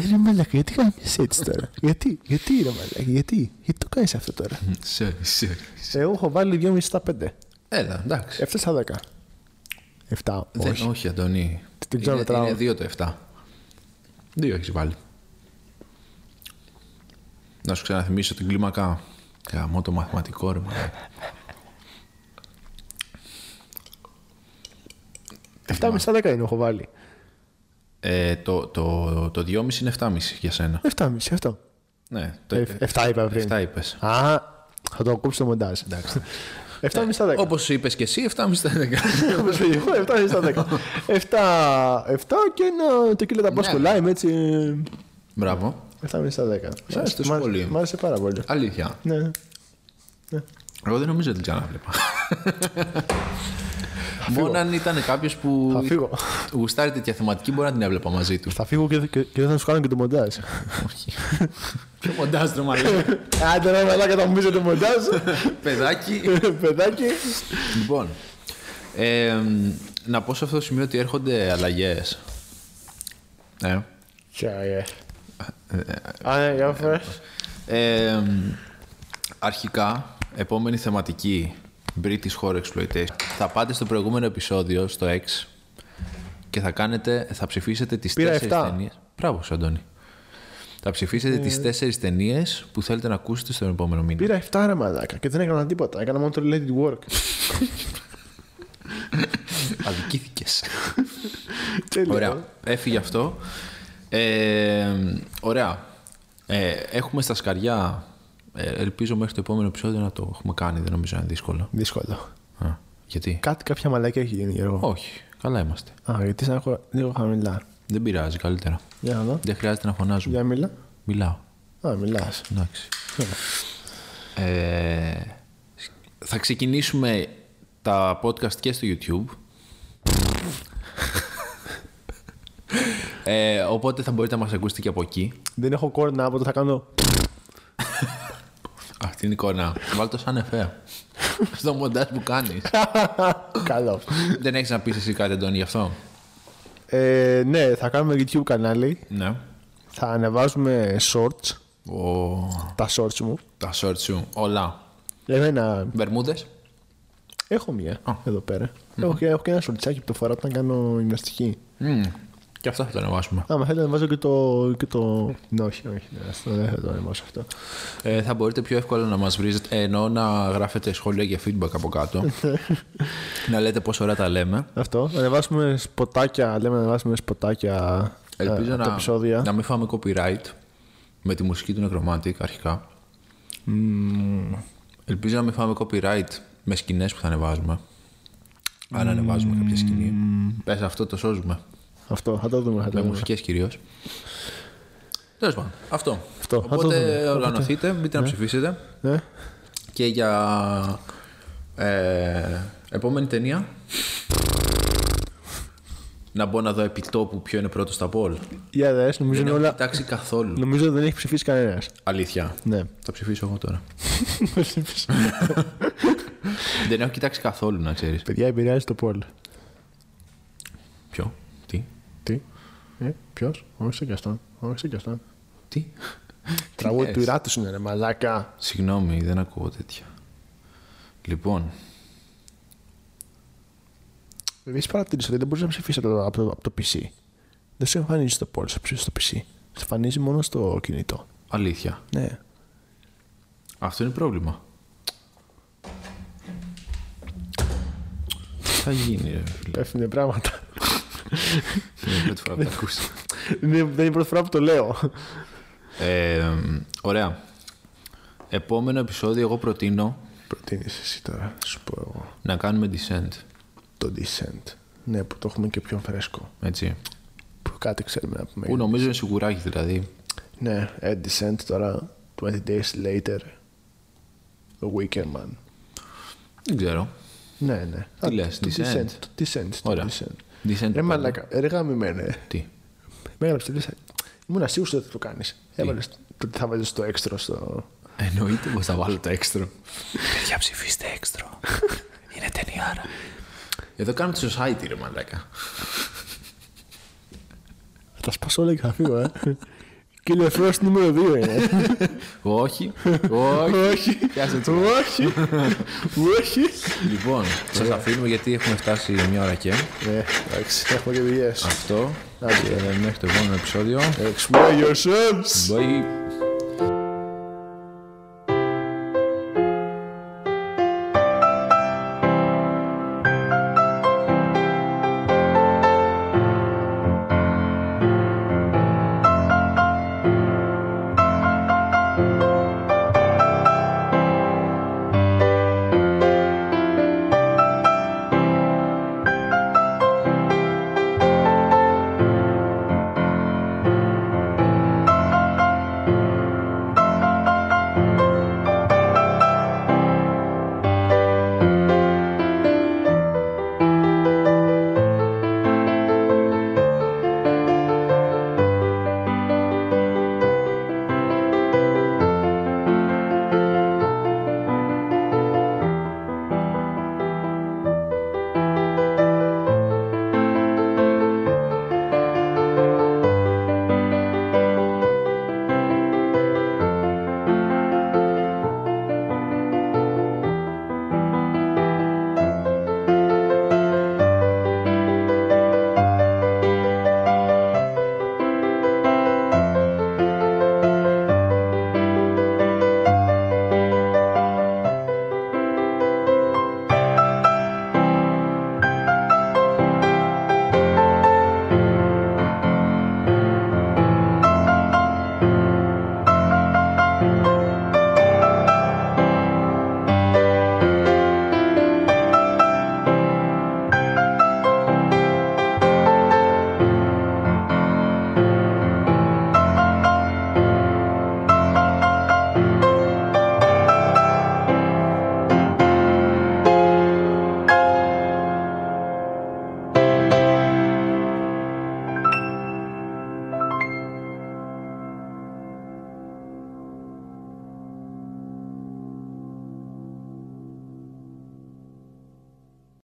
[SPEAKER 4] Ε, Ρε μαλάκα γιατί γαμιέσαι έτσι τώρα. Γιατί, γιατί ρε μαλάκα. Γιατί, γιατί το κάνεις αυτό τώρα.
[SPEAKER 1] Σε- σε-
[SPEAKER 4] Εγώ έχω βάλει 2,5 στα 5.
[SPEAKER 1] Έλα, εντάξει.
[SPEAKER 4] 7 στα 10. 7,
[SPEAKER 1] Δεν-
[SPEAKER 4] Ε, όχι.
[SPEAKER 1] όχι, Αντωνή.
[SPEAKER 4] Δεν ξέρω,
[SPEAKER 1] είναι,
[SPEAKER 4] μετράω.
[SPEAKER 1] είναι δύο το 7. Δύο έχεις βάλει. Να σου ξαναθυμίσω την κλίμακα. Γαμώ το μαθηματικό ρε μαλάκα.
[SPEAKER 4] 7,5 στα 10 είναι έχω βάλει.
[SPEAKER 1] Ε, το, το, το 2,5 είναι 7,5 για σένα.
[SPEAKER 4] 7,5, αυτό.
[SPEAKER 1] Ναι, το
[SPEAKER 4] 7 είπα Ε, πριν.
[SPEAKER 1] 7 είπες.
[SPEAKER 4] Α, θα το κόψω το μοντάζ. 7,5 στα 10.
[SPEAKER 1] Όπως είπες και εσύ, 7,5 στα 10.
[SPEAKER 4] Όπως λέγει, εγώ, 7,5 στα 10. 7, 7 και ένα τεκίλα τα
[SPEAKER 1] Ναι.
[SPEAKER 4] πάσκολα, είμαι έτσι.
[SPEAKER 1] Μπράβο.
[SPEAKER 4] 7,5 στα 10.
[SPEAKER 1] Μ' άρεσε τόσο
[SPEAKER 4] Μ' άρεσε-
[SPEAKER 1] πολύ.
[SPEAKER 4] Μ' άρεσε πάρα πολύ.
[SPEAKER 1] Αλήθεια.
[SPEAKER 4] Ναι.
[SPEAKER 1] Εγώ δεν νομίζω ότι την ξαναβλέπα. Μόνο αν ήταν κάποιος που.
[SPEAKER 4] Θα φύγω.
[SPEAKER 1] Γουστάρει τέτοια θεματική, μπορεί να την έβλεπα μαζί του.
[SPEAKER 4] Θα φύγω και, και, και δεν θα σου κάνω και το μοντάζ.
[SPEAKER 1] Πιο μοντάζ τρομαλέ.
[SPEAKER 4] Άντε ρε μαλάκα θα μου πεις για το μοντάζ.
[SPEAKER 1] Παιδάκι.
[SPEAKER 4] Παιδάκι.
[SPEAKER 1] Λοιπόν. ε, να πω σε αυτό το σημείο ότι έρχονται αλλαγές. Ε,
[SPEAKER 4] Τσάγε. Α, ναι, για φες.
[SPEAKER 1] Ε, αρχικά, επόμενη θεματική British Horror Exploitation. Θα πάτε στο προηγούμενο επεισόδιο, στο 6, και θα, κάνετε, θα ψηφίσετε τις
[SPEAKER 4] Πήρα
[SPEAKER 1] τέσσερις
[SPEAKER 4] εφτά. Ε.
[SPEAKER 1] ταινίες. Μπράβο σου, Αντώνη. Θα ψηφίσετε τις τέσσερις ταινίες που θέλετε να ακούσετε στον επόμενο μήνα.
[SPEAKER 4] Πήρα 7 ρε μαλάκα και δεν έκανα τίποτα. Έκανα μόνο το Let It Work.
[SPEAKER 1] Αδικήθηκες.
[SPEAKER 4] Τέλεια.
[SPEAKER 1] Ωραία. Έφυγε αυτό. Ε, ωραία. Ε, έχουμε στα σκαριά. ε, ελπίζω μέχρι το επόμενο επεισόδιο να το έχουμε κάνει. Δεν νομίζω να είναι δύσκολο.
[SPEAKER 4] Δύσκολο.
[SPEAKER 1] Α, γιατί.
[SPEAKER 4] Κάτι κάποια μαλακή έχει γίνει Γιώργο.
[SPEAKER 1] Όχι. Καλά είμαστε.
[SPEAKER 4] Α, γιατί σαν έχω λίγο χαμηλά.
[SPEAKER 1] Δεν πειράζει, καλύτερα.
[SPEAKER 4] Για να δω.
[SPEAKER 1] Δεν χρειάζεται να φωνάζουμε.
[SPEAKER 4] Για μιλά.
[SPEAKER 1] Μιλάω.
[SPEAKER 4] Α, μιλάς.
[SPEAKER 1] Εντάξει. Ε, θα ξεκινήσουμε τα podcast και στο YouTube. Ε, οπότε θα μπορείτε να μας ακούσετε και από εκεί.
[SPEAKER 4] Δεν έχω κόρνα, από το θα κάνω...
[SPEAKER 1] Αυτή είναι η εικόνα. Βάλτε το σαν εφέ. Στο μοντάζ που κάνεις.
[SPEAKER 4] Καλό.
[SPEAKER 1] Δεν έχεις να πεις εσύ κάτι, Αντώνη, γι' αυτό.
[SPEAKER 4] Ε, ναι, θα κάνουμε YouTube κανάλι.
[SPEAKER 1] Ναι.
[SPEAKER 4] Θα ανεβάζουμε shorts.
[SPEAKER 1] Ο,
[SPEAKER 4] Τα shorts μου.
[SPEAKER 1] τα short σου. Όλα.
[SPEAKER 4] Εμένα
[SPEAKER 1] Βερμούδες.
[SPEAKER 4] έχω μία εδώ πέρα. Έχω, και, έχω και ένα shortsάκι που το φοράω όταν κάνω γυμναστική.
[SPEAKER 1] Μμμ. Και αυτά θα τα ανεβάσουμε.
[SPEAKER 4] Άμα θέλετε να βάζω και το... Και το... ναι, όχι, όχι. ναι, αυτό Δεν θα το ανεβάσω αυτό.
[SPEAKER 1] Ε, θα μπορείτε πιο εύκολα να μας βρίζετε, ε, εννοώ να γράφετε σχόλια και feedback από κάτω. να λέτε πόσο ωραία τα λέμε.
[SPEAKER 4] Αυτό. Θα ανεβάσουμε σποτάκια. Λέμε να ανεβάσουμε σποτάκια. ε,
[SPEAKER 1] Ελπίζω
[SPEAKER 4] από τα
[SPEAKER 1] να,
[SPEAKER 4] επεισόδια.
[SPEAKER 1] να μην φάμε copyright με τη μουσική του Necromantic αρχικά. Ελπίζω να μην φάμε copyright με σκηνές που θα ανεβάζουμε. Αν ανεβάζουμε κάποια σκηνή. Πες αυτό το σώζουμε.
[SPEAKER 4] Αυτό. Θα το δούμε. Θα το
[SPEAKER 1] Με
[SPEAKER 4] δούμε.
[SPEAKER 1] μουσικές κυρίως. Τέλος πάντων. Αυτό.
[SPEAKER 4] Αυτό. Θα το
[SPEAKER 1] Οπότε
[SPEAKER 4] δούμε.
[SPEAKER 1] οργανωθείτε, μπείτε να ψηφίσετε.
[SPEAKER 4] Ναι.
[SPEAKER 1] Και για ε, επόμενη ταινία. να μπω να δω επιτόπου ποιο είναι πρώτος στα πόλ.
[SPEAKER 4] Για δες, νομίζω
[SPEAKER 1] Δεν
[SPEAKER 4] είναι
[SPEAKER 1] έχω
[SPEAKER 4] όλα...
[SPEAKER 1] κοιτάξει καθόλου.
[SPEAKER 4] Νομίζω δεν έχει ψηφίσει κανένας.
[SPEAKER 1] Αλήθεια.
[SPEAKER 4] Ναι.
[SPEAKER 1] Θα ψηφίσω εγώ τώρα. Δεν έχω κοιτάξει καθόλου, να ξέρεις.
[SPEAKER 4] Παιδιά, επηρεάζει το πόλ.
[SPEAKER 1] Ποιο, τι,
[SPEAKER 4] Τι. Ε, ποιος. Όχι και αυτόν. Όχι και αυτόν.
[SPEAKER 1] τι.
[SPEAKER 4] Τραγούδι
[SPEAKER 1] λες?
[SPEAKER 4] του Ράτου είναι, ρε μαλάκα.
[SPEAKER 1] Συγγνώμη, δεν ακούω τέτοια. Λοιπόν,
[SPEAKER 4] Εμεί παρατηρήσα ότι δεν μπορείς να ψηφίσει από το, από, το, από το PC. Δεν σου εμφανίζει το πόλ, σου ψηφίσεις στο PC. Σου εμφανίζει μόνο στο κινητό.
[SPEAKER 1] αλήθεια.
[SPEAKER 4] Ναι.
[SPEAKER 1] Αυτό είναι πρόβλημα. Τι θα γίνει, ρε φίλε.
[SPEAKER 4] Πέφτουν πράγματα.
[SPEAKER 1] Είναι η πρώτη φορά που τα ακούσα.
[SPEAKER 4] Είναι- δεν είναι η πρώτη φορά που το λέω.
[SPEAKER 1] Ε, ωραία. Επόμενο επεισόδιο εγώ προτείνω
[SPEAKER 4] Προτείνεις εσύ τώρα, σου πω εγώ.
[SPEAKER 1] να κάνουμε descent.
[SPEAKER 4] Το Descent. Ναι, που το έχουμε και πιο φρέσκο.
[SPEAKER 1] Έτσι.
[SPEAKER 4] Που κάτι ξέρουμε να πούμε.
[SPEAKER 1] Που νομίζω είναι σιγουράκι δηλαδή.
[SPEAKER 4] Ναι, ε, Descent τώρα. 20 days later. The Weekend Man.
[SPEAKER 1] Δεν ξέρω.
[SPEAKER 4] Ναι, ναι.
[SPEAKER 1] Τι
[SPEAKER 4] Α,
[SPEAKER 1] λες,
[SPEAKER 4] το
[SPEAKER 1] Descent.
[SPEAKER 4] Descent. Το Descent. το
[SPEAKER 1] Ωραία.
[SPEAKER 4] Descent.
[SPEAKER 1] Descent.
[SPEAKER 4] Ρε μαλάκα, ρε γαμημένε.
[SPEAKER 1] Τι.
[SPEAKER 4] Με έγραψε Descent. Ήμουν σίγουρος ότι θα το κάνεις. Έβαλες το ότι θα βάλεις το έξτρο στο...
[SPEAKER 1] Εννοείται πως θα βάλω το έξτρο. Παιδιά ψηφίστε έξτρο. είναι ταινιάρα. Εδώ κάνουμε τη society ρε μαλάκα.
[SPEAKER 4] Θα τα σπάσω όλα και θα φύγω, ε. Κύριε Φρόστ νούμερο 2 είναι.
[SPEAKER 1] Όχι. Όχι.
[SPEAKER 4] Όχι.
[SPEAKER 1] Πιάσε το.
[SPEAKER 4] Όχι. Όχι.
[SPEAKER 1] Λοιπόν, σας αφήνουμε γιατί έχουμε φτάσει μια ώρα και.
[SPEAKER 4] Ναι, εντάξει, έχουμε και δουλειές.
[SPEAKER 1] Αυτό.
[SPEAKER 4] Άντε.
[SPEAKER 1] Ε, Μέχρι το επόμενο επεισόδιο.
[SPEAKER 4] Explore yourselves.
[SPEAKER 1] Bye.